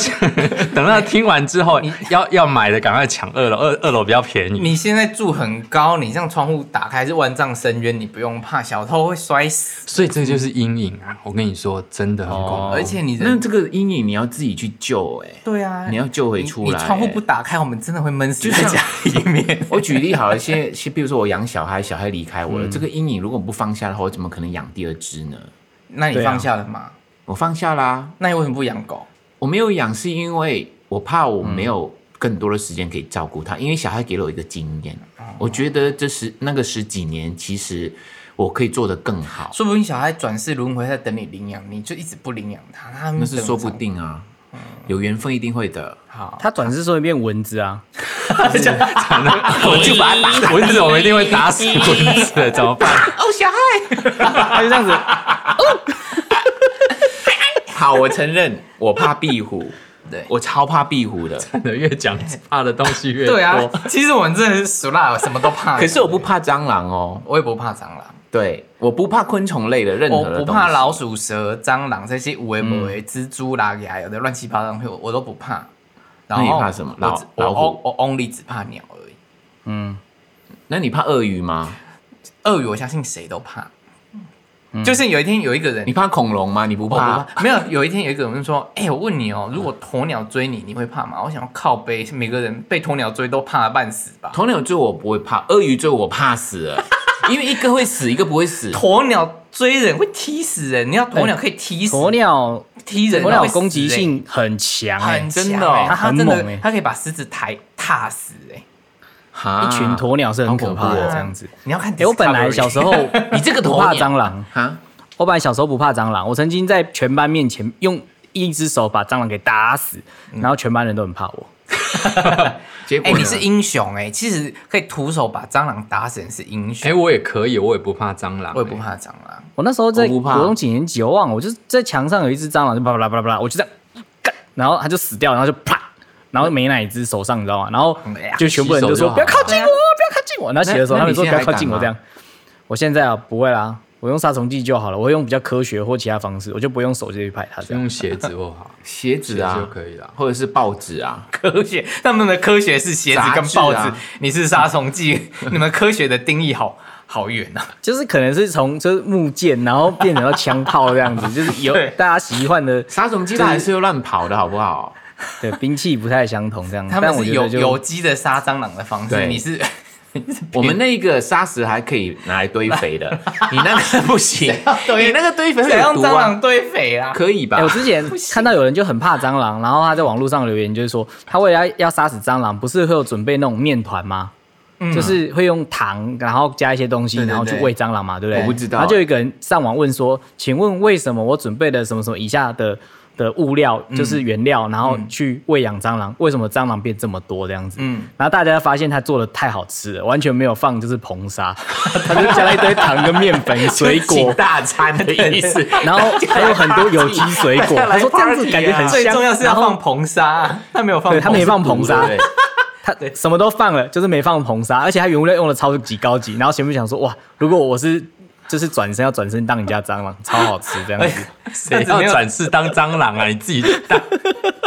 S5: 等到听完之后，要要买的赶快抢二楼，二二楼比较便宜。
S3: 你现在住很高，你像窗户打开是万丈深渊，你不用怕小偷会摔死，
S5: 所以这就是阴影啊！我跟你说，真的很恐怖。 *laughs*
S4: 哦
S3: 而且你
S2: 那
S3: 人
S2: 这个阴影你要自己去救哎、
S3: 对啊，
S2: 你要救回出来
S3: 你。你窗户
S2: 哎
S3: 不打开，我们真的会闷死
S2: 就
S3: 在
S2: 像
S3: 家里
S2: *laughs*
S3: 面。
S2: 我举例好了，现在 *laughs* 现比如说我养小孩，小孩离开
S3: 嗯
S2: 我了，这个阴影如果不放下的话，我怎么可能养第二只呢？
S3: 那你
S4: 对啊
S3: 放下了吗？
S2: 我放下啦，
S3: 那你为什么不养狗？
S2: 我没有养是因为我怕我
S3: 嗯
S2: 没有更多的时间可以照顾他，因为小孩给了我一个经验，
S3: 哦
S2: 我觉得这十那个十几年，其实我可以做得更好，
S3: 说不定小孩转世轮回在等你领养，你就一直不领养他，他们
S2: 那是说不定啊，
S3: 嗯
S2: 有缘分一定会的。
S3: 好。
S4: 他转世说会变蚊子
S2: *laughs*
S4: 啊，
S5: 我就把它打蚊子，我们一定会打死蚊子的，怎么办？
S4: 他就这样子。
S2: *laughs* 好，我承认我怕壁虎，
S3: 对
S2: 我超怕壁虎
S3: *laughs*
S2: 的，
S5: 越讲怕的东西越多。
S3: 对
S2: *laughs*
S3: 啊，其实我们真的是熟辣，什么都怕。
S2: 可是我不怕蟑螂哦，
S3: 我也不怕蟑螂，
S2: 对，我不怕昆虫类的任何的
S3: 我不怕
S2: 东西
S3: 老鼠、蛇、蟑螂这些无为不为、蜘蛛啦、牙有的乱七八糟的东西，我我都不怕。然后
S2: 那你怕什么
S3: 我
S2: 老
S3: 只我
S2: 老虎
S3: 我我 only 只怕鸟而已，
S2: 那你怕鳄鱼吗？
S3: 鳄鱼我相信谁都怕。
S2: 嗯
S3: 就是有一天有一个人，
S2: 你怕恐龙吗？你不
S3: 我
S2: 怕？
S3: 不怕没有，有一天有一个人就说：“哎、我问你哦，如果鸵鸟追你，你会怕吗？”我想要靠背，每个人被鸵鸟追都怕得半死吧。
S2: 鸵鸟追我不会怕，鳄鱼追我怕死
S3: *laughs*
S2: 了，因为一个会死，一个不会死。
S3: 鸵鸟追人会踢死人，你要鸵鸟可以踢死，
S4: 哎鸵鸟
S3: 踢人
S4: 鸵
S3: 然
S4: 鸟
S3: 后会死
S4: 攻击
S3: 欸
S4: 性很强哎、
S3: 很
S2: 真的
S3: 强欸
S2: 哦
S3: 它它
S4: 很
S3: 真的
S4: 猛欸
S3: 它可以把狮子抬踏死哎，
S2: 哈
S4: 一群鸵鸟是很可怕
S2: 好恐怖
S4: 的
S2: 哦
S4: 这样子。
S3: 你要看
S4: 哎、我本来
S3: Discovery
S4: 小时
S3: *laughs*
S4: 候
S2: *laughs* 你这个
S4: 不
S2: 鸵
S4: 怕
S2: 鸟
S4: 蟑螂，
S2: 哈，
S4: 我本来小时候不怕蟑螂，我曾经在全班面前用一只手把蟑螂给打死，
S2: 嗯
S4: 然后全班人都很怕我。
S2: 结果
S3: 哎、
S2: 呢
S3: 你是英雄哎、其实可以徒手把蟑螂打死人是英雄。
S5: 哎，我也可以，我也不怕蟑螂，欸
S3: 我也不怕蟑螂，
S4: 我那时候在
S2: 我不怕
S4: 国中几年级，我忘了，我就在墙上有一只蟑螂，就巴拉巴拉巴拉，我就这样干，然后它就死掉，然后就啪，然后没哪一只手上，你知道吗？然后
S3: 哎呀
S4: 就全部人就
S2: 洗
S4: 说
S2: 手就好
S4: 不要靠近我，不要靠近我。那写的时候
S2: 那
S4: 他们说
S2: 那
S4: 不
S2: 你现在
S4: 要靠近我
S2: 还
S4: 这
S2: 敢
S4: 样。我现在啊不会啦，我用杀虫剂就好了，我会用比较科学或其他方式，我就不用手直接去拍它这
S5: 就
S4: 样。
S5: 用鞋子或好，
S2: 鞋子
S5: 鞋
S2: 啊
S5: 子就可以了
S2: 或者是报纸
S3: *laughs*
S2: 啊，
S3: 科学他们的科学是鞋子跟报纸，
S2: 杂志啊
S3: 你是杀虫剂， *laughs* 你们科学的定义好好远啊！
S4: 就是可能是从就是木剑，然后变成到枪炮这样子，就是有
S3: 对
S4: 大家喜欢的
S2: 杀虫剂它还是会乱跑的好不好？
S4: 对兵器不太相同这样。
S3: 他
S4: *laughs* 但
S3: 们
S4: 我
S3: 是
S4: 觉
S3: 有
S4: 得就
S3: 有机的杀蟑螂的方式，
S2: 对
S4: *laughs*
S3: 你是
S2: *laughs* 我们那个杀死还可以拿来堆肥
S3: *laughs*
S2: 的，你那个不行，
S3: 对
S2: 你那个堆肥会
S3: 谁
S2: 有
S3: 用
S2: 毒
S3: 蟑
S2: 啊，
S3: 螂堆肥啦？
S2: 可以吧
S4: 哎、？我之
S2: *laughs*
S4: 前看到有人就很怕蟑螂，然后他在网络上留言，就是说他为了要要杀死蟑螂，不是会有准备那种面团吗？
S2: 嗯
S4: 就是会用糖，然后加一些东西，
S3: 对对
S4: 然后去
S3: 对
S4: 喂蟑螂嘛，对不对？
S2: 我不知道
S4: 然后就有一个人上网问说：“请问为什么我准备的什么什么以下的的物料，
S2: 嗯
S4: 就是原料，然后去喂养蟑螂，为什么蟑螂变这么多这样子？”
S3: 嗯
S4: 然后大家发现他做的太好吃了，完全没有放就是硼 *laughs* 砂，他就加了一堆糖跟面
S2: *laughs*
S4: 粉、水果
S3: *laughs*
S2: 请，大餐的意思，
S4: 然后还有很多有机水
S3: *laughs*
S4: 果。
S2: 大家来
S4: *laughs* 他说这样子
S2: party 啊
S4: 感觉很香，
S3: 最重要是要
S4: 然后
S3: 放硼砂啊， *laughs* 他没有放，
S4: 对他没放硼砂
S3: *laughs*
S2: 对，
S4: 他什么都放了，就是没放硼砂，而且他原物料用的超级高级。然后前面想说，哇，如果我是就是转身要转身当人家蟑螂，超好吃这样
S3: 哎
S4: 子。
S5: 谁要转世当蟑螂啊？你自己
S3: *laughs*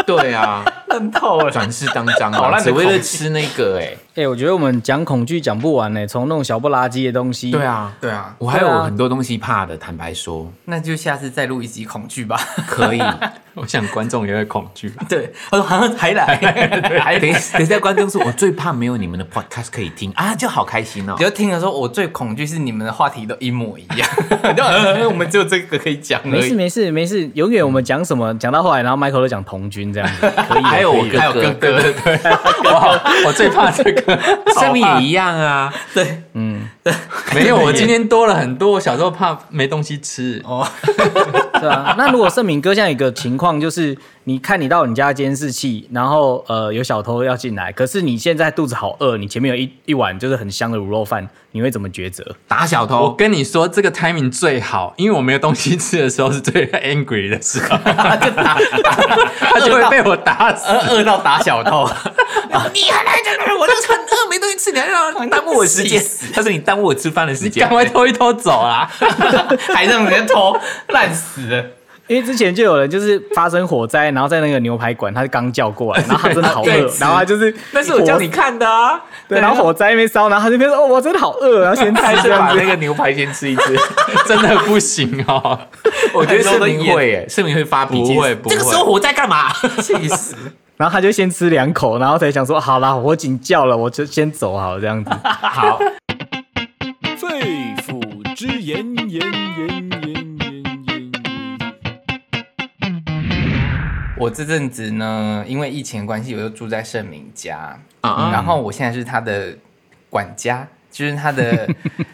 S2: 对 *laughs* 啊，
S3: 烂透了。
S2: 转世当蟑
S3: 好烂
S2: 螂，
S3: 的
S2: 只为
S3: 口
S2: 了
S3: 气
S2: 吃那
S3: *laughs*
S2: 个哎，
S4: 哎、我觉得我们讲恐惧讲不完呢、从那种小不拉几的东西，
S2: 对，啊，
S3: 对啊，
S2: 我还
S4: 对
S2: 有
S4: 啊
S2: 很多东西怕的，坦白说，
S3: 那就下次再录一集恐惧吧。 *laughs*
S2: 可以。
S5: 我想观众也会恐惧吧。
S3: 对，他说好像还来，
S4: *laughs*
S3: 还
S2: 等一等一下，观众说我最怕没有你们的 podcast 可以听啊，就好开心哦
S3: 你。就听了说，我最恐惧是你们的话题都一模一样， *laughs* 就呃我们只有这个可以讲而
S4: 没事
S3: 已。
S4: 没事没事，永远我们讲什么讲到后来，然后 Michael 都讲童军这样子，可以的
S2: 还有我
S4: 可以的
S2: 哥
S3: 还有哥哥， *laughs*
S5: 我最怕这个，
S2: *laughs* 生命也一样啊，
S3: 对，
S5: *laughs* 没
S2: *laughs*
S5: 有，我今天多了很多。我小时候怕没东西吃，
S2: 哦
S4: 对啊。那如果盛明哥现在有一个情况就是，你看你到你家的监视器，然后呃有小偷要进来，可是你现在肚子好饿，你前面有一一碗就是很香的卤肉饭，你会怎么抉择？
S2: 打小
S3: *laughs*
S5: 我
S2: 偷。
S5: 跟你说，这个 timing 最好，因为我没有东西吃的时候是最 *laughs* angry 的时
S2: *laughs*
S5: 候，
S3: 就打
S5: 他就会被我打
S2: 啊
S5: 死。
S3: 饿饿到打小偷，
S2: *laughs* 你还来这儿？我就是很饿，没东西吃，你还让我耽误我时
S5: *laughs*
S2: 间。他说你耽误我吃饭的时
S5: 你
S2: 间
S5: 赶。快偷一偷走
S2: *laughs*
S5: 啊！
S3: *laughs* 还让人家偷，烂死了。
S4: 因为之前就有人就是发生火灾，然后在那个牛排馆，他刚叫过来，然后他真的好饿
S2: 对，
S4: 然后他就是
S2: 那是我叫你
S4: 火，
S2: 看的啊，
S4: 对，然后火灾没烧，然后他这边说哦，我真的好饿，然后先吃
S2: *laughs* 还
S4: 这
S2: 是
S4: 样
S2: 把
S4: 子。
S2: 那个牛排先吃一吃。
S5: 真的不行哦，
S2: *laughs* 我觉得盛明
S3: 很多的
S2: 会耶，盛明会发脾
S5: *laughs*
S2: 气。
S5: 不会不会
S2: 这个时候我在干嘛？气死！
S4: 然后他就先吃两口，然后才想说好啦，我警叫了，我就先走好这样子。
S2: 好，
S1: 肺腑之言，言言言言言言言。
S3: 我这阵子呢，因为疫情的关系，我又住在盛明家，
S2: 啊
S3: 然后我现在是他的管家。就是他的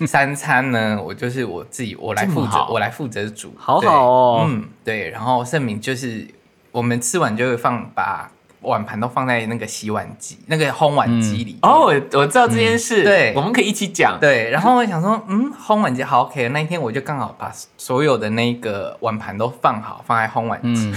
S3: 三餐呢，我就是我自己我来负
S2: 这么
S3: 责
S2: 好，
S3: 我来负责煮，
S4: 好
S3: 对
S4: 好哦
S3: 嗯，对。然后盛明就是我们吃完就会放把碗盘都放在那个洗碗机、那个烘碗机里。
S2: 哦，我我知道这件事，
S3: 对
S2: 我们可以一起讲。
S3: 对，然后我想说，嗯，烘碗机好 OK。那一天我就刚好把所有的
S2: 嗯
S3: 那个碗盘都放好，放在烘碗机。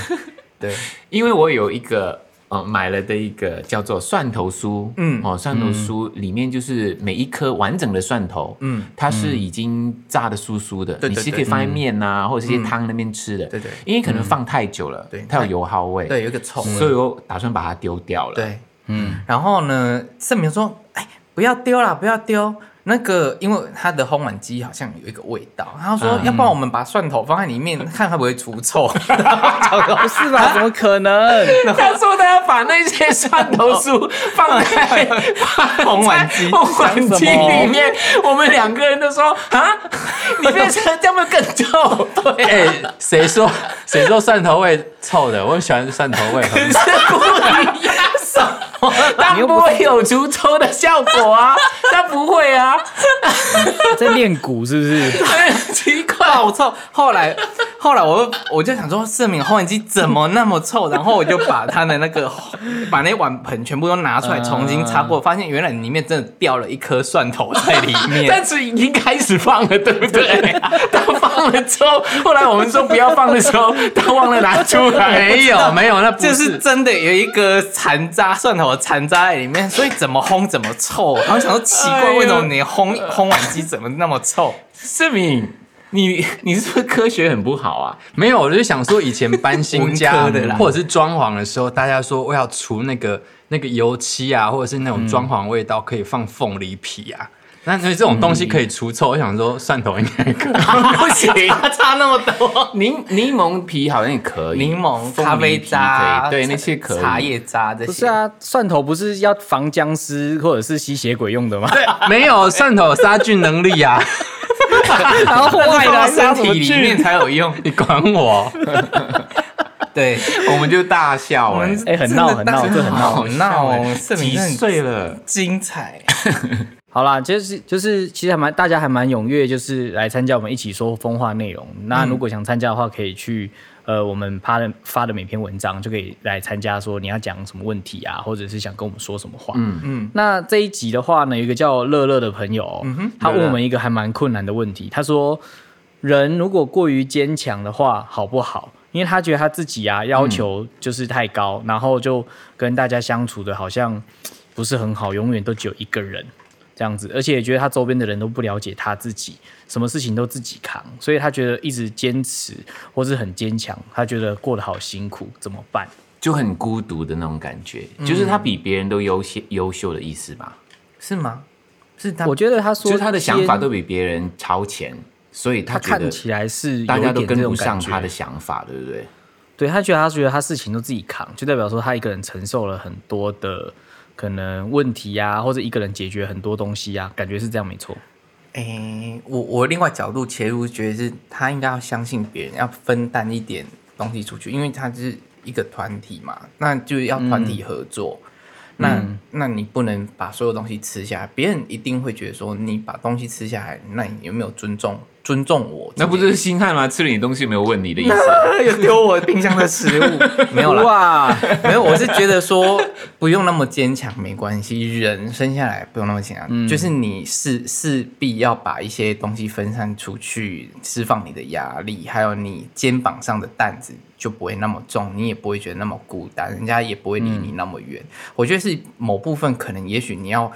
S3: 对，
S2: 因为我有一个呃买了的一个叫做蒜头酥，
S3: 嗯
S2: 哦，蒜头酥里面就是每一颗完整的蒜头，
S3: 嗯，
S2: 它是已经炸的酥酥的，
S3: 对
S2: 你
S3: 对
S2: 是可
S3: 对
S2: 以放在面呐、或者是一些汤那边吃的，
S3: 对对
S2: 因为可能放太久了，
S3: 对
S2: 它有油耗味，
S3: 对，有一个臭
S2: 所以
S3: 味，
S2: 我打算把它丢掉了，，
S3: 对。
S4: 嗯，
S3: 然后呢，盛明说：“哎，不要丢啦，不要丢。”那个，因为它的烘碗机好像有一个味道，他
S2: 嗯
S3: 说：“要不然我们把蒜头放在里面，看会不会除
S2: *laughs*
S3: 臭。
S4: 不是吧？怎么可能？
S2: 他说他要把那些蒜头酥放在
S3: 红碗机
S2: 红碗机里 *laughs* 面，我们两个人都说
S5: *laughs*
S2: 啊，你变成这样会更臭，对，
S5: 哎、谁说谁说蒜头味臭的？我喜欢蒜头味，
S2: *laughs*
S5: 很
S2: 是不一样。当然不会有除臭的效果啊，他不会啊，
S4: *laughs* 在练鼓是不是？
S3: 哎
S2: 很奇怪。
S3: 好臭！”后来，后来我就我就想说，盛明烘碗机怎么那么臭？然后我就把他的那个 *laughs* 把那碗盆全部都拿出来重新擦过，发现原来里面真的掉了一颗蒜头在里 *laughs* 面。
S2: 但是已经开始放了，对不对？他放了之后，后来我们说不要放的时候，他忘了拿出 *laughs* 来。
S5: *laughs* 没有没有，那不、
S3: 就是是真的有一个残渣蒜头的残渣在里面，所以怎么烘怎么臭。然后想说奇
S2: 哎
S3: 怪，
S2: 呦
S3: 为什么你烘烘碗机怎么那么 *laughs* 臭？
S2: 盛敏，你你是不是科学很不好啊？
S5: 没有，我就想说以前搬新家
S3: 文科的啦
S5: 或者是装潢的时候，大家说我要除那个那个油漆啊，或者是那种
S2: 嗯
S5: 装潢味道，可以放凤梨皮啊。那那这种东
S2: 嗯
S5: 西可以除臭，我想说蒜头应该可以。 *laughs*
S2: 不行，
S3: 差那么多，
S2: 柠柠檬皮好像也可以，
S3: 柠檬、
S2: 凤梨
S3: 咖啡
S2: 皮
S3: 渣，
S2: 可以，对那些可以。
S3: 茶叶渣这些。
S4: 不是，
S3: *laughs*
S4: 啊，蒜头不是要防僵尸或者是吸血鬼用的吗？
S5: 没有蒜头有杀菌能力啊！
S4: 然后
S5: *laughs*
S4: 坏
S3: 到
S4: 的
S3: 身体里面才有用。
S5: 你管我？
S3: 对，
S2: 我们就大笑
S3: 我
S2: 哎、
S3: 们
S2: 欸，
S4: 哎很闹
S3: 真的
S4: 很闹这很闹
S3: 好闹哦，盛
S2: 几
S3: 明真的很
S2: 岁了？
S3: 精彩。
S4: 好啦，就是就是，其实还蛮大家还蛮踊跃，就是来参加我们一起说风话内容。那如果想参加的话，可以去呃我们发的发的每篇文章就可以来参加，说你要讲什么问题啊，或者是想跟我们说什么话。嗯嗯。那这一集的话呢，有一个叫乐乐的朋友，哦他问我们一个还蛮困难的问题，他说人如果过于坚强的话，好不好？因为他觉得他自己啊要求就是太高，然后就跟大家相处的好像不是很好，永远都只有一个人这样子，而且也觉得他周边的人都不了解他自己，什么事情都自己扛，所以他觉得一直坚持或是很坚强，他觉得过得好辛苦，怎么办？
S2: 就很孤独的那种感觉，就是他比别人都优秀优秀的意思吧？
S3: 是吗？是他，
S4: 我觉得他说
S2: 就是他的想法
S4: 坚
S2: 都比别人超前，所以
S4: 他
S2: 他觉
S4: 看
S2: 得
S4: 起来是有
S2: 大家
S4: 一
S2: 都
S4: 点
S2: 跟
S4: 这
S2: 不
S4: 种感
S2: 上他
S4: 觉
S2: 的，想法，对不对？
S4: 对他觉得他觉得他事情都自己扛，就代表说他一个人承受了很多的可能问题啊，或者一个人解决很多东西啊，感觉是这样没错。
S3: 诶，哎我我另外角度切入，觉得是他应该要相信别人，要分担一点东西出去，因为他是一个团体嘛，那就是要团
S4: 嗯
S3: 体合作。那、那你不能把所有东西吃下来，别人一定会觉得说你把东西吃下来，那你有没有尊重尊重我？
S2: 那不就是星汉吗？吃了你东西没有问你的意思？
S3: *laughs* 又丢我冰箱的食物？没有啦，
S4: 哇，
S3: *laughs* 没有，我是觉得说不用那么坚强没关系，人生下来不用那么坚强，就是你势势必要把一些东西分散出去，释放你的压力，还有你肩膀上的担子就不会那么重，你也不会觉得那么孤单，人家也不会离你那么远。我觉得是某部分可能，也许你要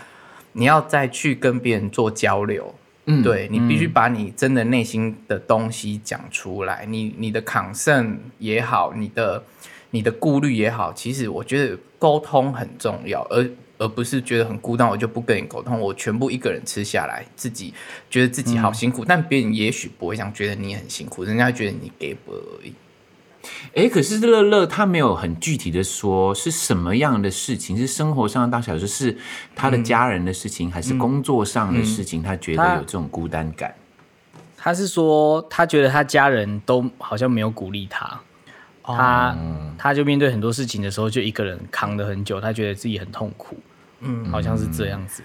S3: 你要再去跟别人做交流，
S2: 嗯
S3: 对你必须把你真的内心的东西讲出来，你你的 concern 也好，你的你的顾虑也好，其实我觉得沟通很重要，而而不是觉得很孤单，我就不跟你沟通，我全部一个人吃下来，自己觉得自己好辛苦，但别人也许不会这样觉得你很辛苦，人家会觉得你给不而已。
S2: 哎，可是乐乐他没有很具体的说是什么样的事情，是生活上的大小事，是他的家人的事情，还是工作上的事情？他觉得
S4: 嗯他
S2: 有这种孤单感。
S4: 他是说他觉得他家人都好像没有鼓励他，
S3: 哦
S4: 他他就面对很多事情的时候就一个人扛了很久，他觉得自己很痛苦，嗯，好像是这样子。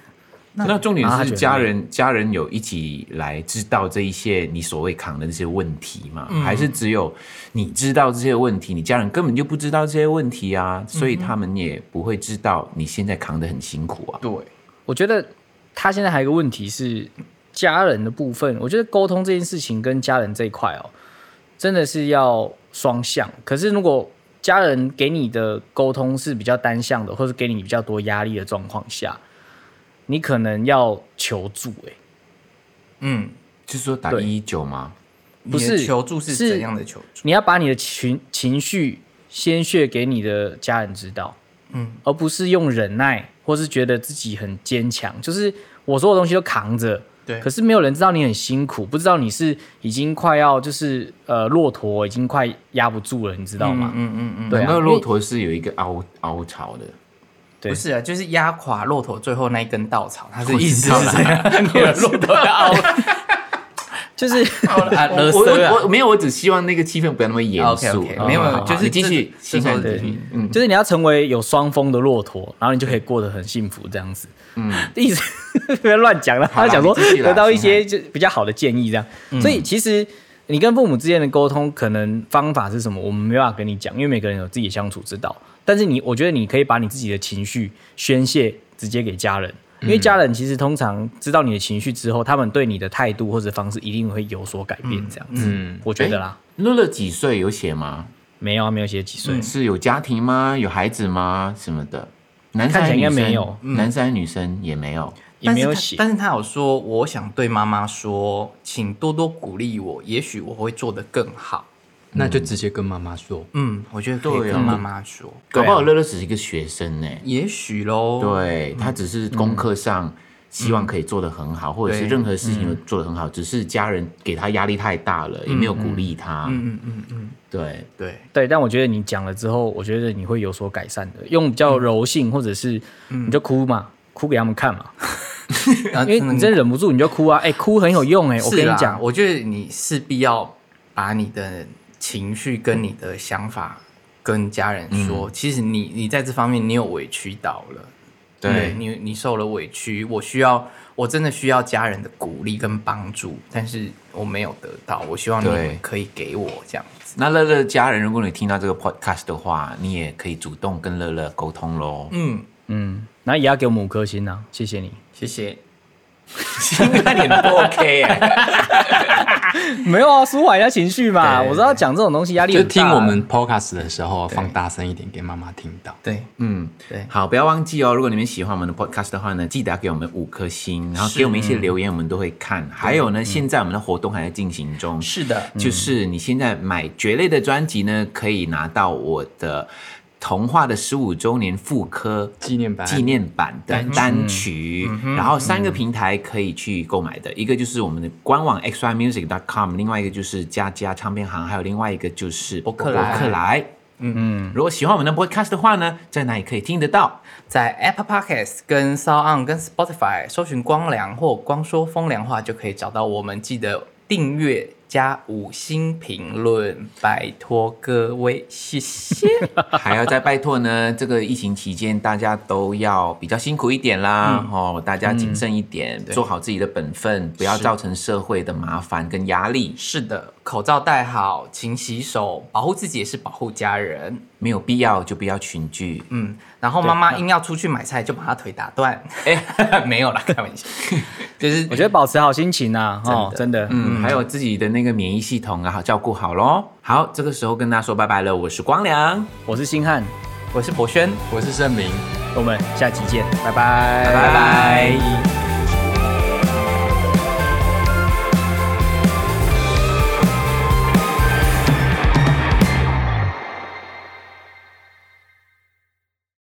S2: 那重点
S4: 然后他
S2: 是
S4: 觉得
S2: 家人，家人有一起来知道这一些你所谓扛的这些问题吗？
S4: 嗯
S2: 还是只有你知道这些问题，你家人根本就不知道这些问题
S4: 嗯
S2: 啊，所以他们也不会知道你现在扛得很辛苦啊。
S3: 对，
S4: 我觉得他现在还有一个问题是家人的部分，我觉得沟通这件事情跟家人这一块哦，真的是要双向。可是如果家人给你的沟通是比较单向的，或者给你比较多压力的状况下，你可能要求助、欸。
S3: 嗯，
S2: 就是说打
S4: 对
S2: 一一九吗？
S4: 不是
S3: 你的求助是
S4: 是
S3: 怎样的求助？
S4: 你要把你的情情绪宣泄给你的家人知道，
S3: 嗯，
S4: 而不是用忍耐或是觉得自己很坚强，就是我所有东西都扛着。
S3: 对
S4: 可是没有人知道你很辛苦，不知道你是已经快要就是呃骆驼已经快压不住了，你知道吗？
S3: 嗯嗯嗯，
S4: 对啊
S2: 那个
S4: 因为
S2: 骆驼是有一个凹凹槽的，
S4: 对
S3: 不是啊，就是压垮骆驼最后那一根稻草，它是
S2: 我
S3: 意思
S2: 知道
S3: 是
S2: 了
S3: 这样，骆驼要凹
S4: *laughs* 就是
S3: 啊，勒
S2: 我
S3: 瑟啊
S2: 我我 *laughs* 没有，我只希望那个气氛不要那么严
S4: 啊
S2: 肃。啊
S3: OK，OK，没有没有
S2: 好好
S3: 就是
S2: 你继续
S3: 这
S2: 欣赏
S3: 这
S2: 继
S3: 时候
S2: 续
S4: 对。
S2: 嗯，
S4: 就是你要成为有双峰的骆驼，然后你就可以过得很幸福这样子。 *laughs* 嗯，意思不要乱讲了，
S2: 好
S4: 他
S2: 啦
S4: 讲说
S2: 你继续啦嗯
S4: 得到一
S2: 秦
S4: 些就比较好的建议这样。所以其实你跟父母之间的沟通，可能方法是什么，我们没办法跟你讲，因为每个人有自己的相处之道。但是你，我觉得你可以把你自己的情绪宣泄直接给家人。因
S2: 嗯
S4: 为家人其实通常知道你的情绪之后，他们对你的态度或者方式一定会有所改变，这样子，
S5: 嗯
S4: 我觉得啦，
S2: 乐乐几岁有写吗？
S4: 没有啊，没有写几岁，
S2: 是有家庭吗？有孩子吗？什么的？男生
S4: 看起来应该
S2: 还是女生
S4: 没有
S2: 男生还是女生也没有。
S4: 也没有
S3: 但是他
S4: 写，
S3: 但是他有说，我想对妈妈说，请多多鼓励我，也许我会做得更好。
S5: 那就直接跟妈妈说。
S3: 嗯，我觉得可以
S2: 对啊
S3: 跟妈妈说，
S2: 搞
S4: 啊
S2: 不好乐乐只是一个学生呢。
S3: 也许喽。，
S2: 对他只是功课
S4: 嗯
S2: 上希望可以做得很好，或者是
S3: 对
S2: 任何事情都做得很好，只是家人给他压力太大
S4: 嗯
S2: 了，也没有鼓励他。
S3: 嗯嗯嗯，
S2: 对，
S3: 对，
S4: 对，但我觉得你讲了之后，我觉得你会有所改善的，用比较柔性，或者是你就哭嘛，哭给他们看嘛，
S3: 因啊
S4: 因为嗯你真忍不住你就哭啊，哎、哭很有用哎、我跟你讲，
S3: 我觉得你势必要把你的情绪跟你的想法跟家人
S2: 嗯
S3: 说。其实你你在这方面你有委屈到了，
S2: 对
S5: 嗯
S3: 你你受了委屈，我需要我真的需要家人的鼓励跟帮助，但是我没有得到，我希望你
S2: 对
S3: 可以给我这样子。
S2: 那乐乐的家人，如果你听到这个 podcast 的话，你也可以主动跟乐乐沟通喽。
S3: 嗯，
S4: 嗯，然后也要给我们五颗星啊，谢谢你，
S3: 谢谢。
S2: 那你不
S4: *laughs*
S2: OK 哎？
S4: *laughs* 没有啊，舒缓一下情绪嘛，
S3: 对
S4: 我知道讲这种东西压力
S5: 就
S4: 很大，
S5: 听我们 podcast 的时候
S3: 对
S5: 放大声一点，给妈妈听到。
S3: 对，
S2: 嗯，
S3: 对
S2: 好，不要忘记哦。如果你们喜欢我们的 podcast 的话呢，记得要给我们五颗星，然后给我们一些留言，我们都会看。还有呢，现在我们的活动还在进行中，
S3: 是的，
S2: *laughs* 就是你现在买蕨类的专辑呢，可以拿到我的童话的十五周年复刻
S5: 纪念版
S2: 纪念版的单曲，嗯然后三个平台可以去购买的，一个就是我们的官网 xymusic.com，另外一个就是佳佳唱片行，还有另外一个就是博
S3: 客来
S2: 博客来。嗯嗯，如果喜欢我们的 podcast 的话呢，在哪里可以听得到？ *laughs*
S3: 在 Apple Podcast、跟 Sound On、跟 Spotify 搜寻“光良”或“光说风凉话”就可以找到我们。记得订阅加五星评论，拜托各位，谢谢。
S2: 还要再拜托呢，这个疫情期间大家都要比较辛苦一点啦，哦，大家谨慎一点，做好自己的本分，不要造成社会的麻烦跟压力，
S3: 是的，口罩戴好，勤洗手，保护自己也是保护家人。
S2: 没有必要就不要群聚。
S3: 嗯，然后妈妈硬要出去买菜，就把她腿打断。哎， *laughs* 没有啦，开玩笑，就是
S4: 我觉得保持好心情啊，哦，真的，
S2: 嗯，还有自己的那个免疫系统啊，好照顾好喽。好，这个时候跟大家说拜拜了，我是光良，
S4: 我是星汉，
S3: 我是博轩，
S5: 我是盛明。
S4: 我们下期见，拜拜，
S3: 拜
S4: 拜
S3: 拜。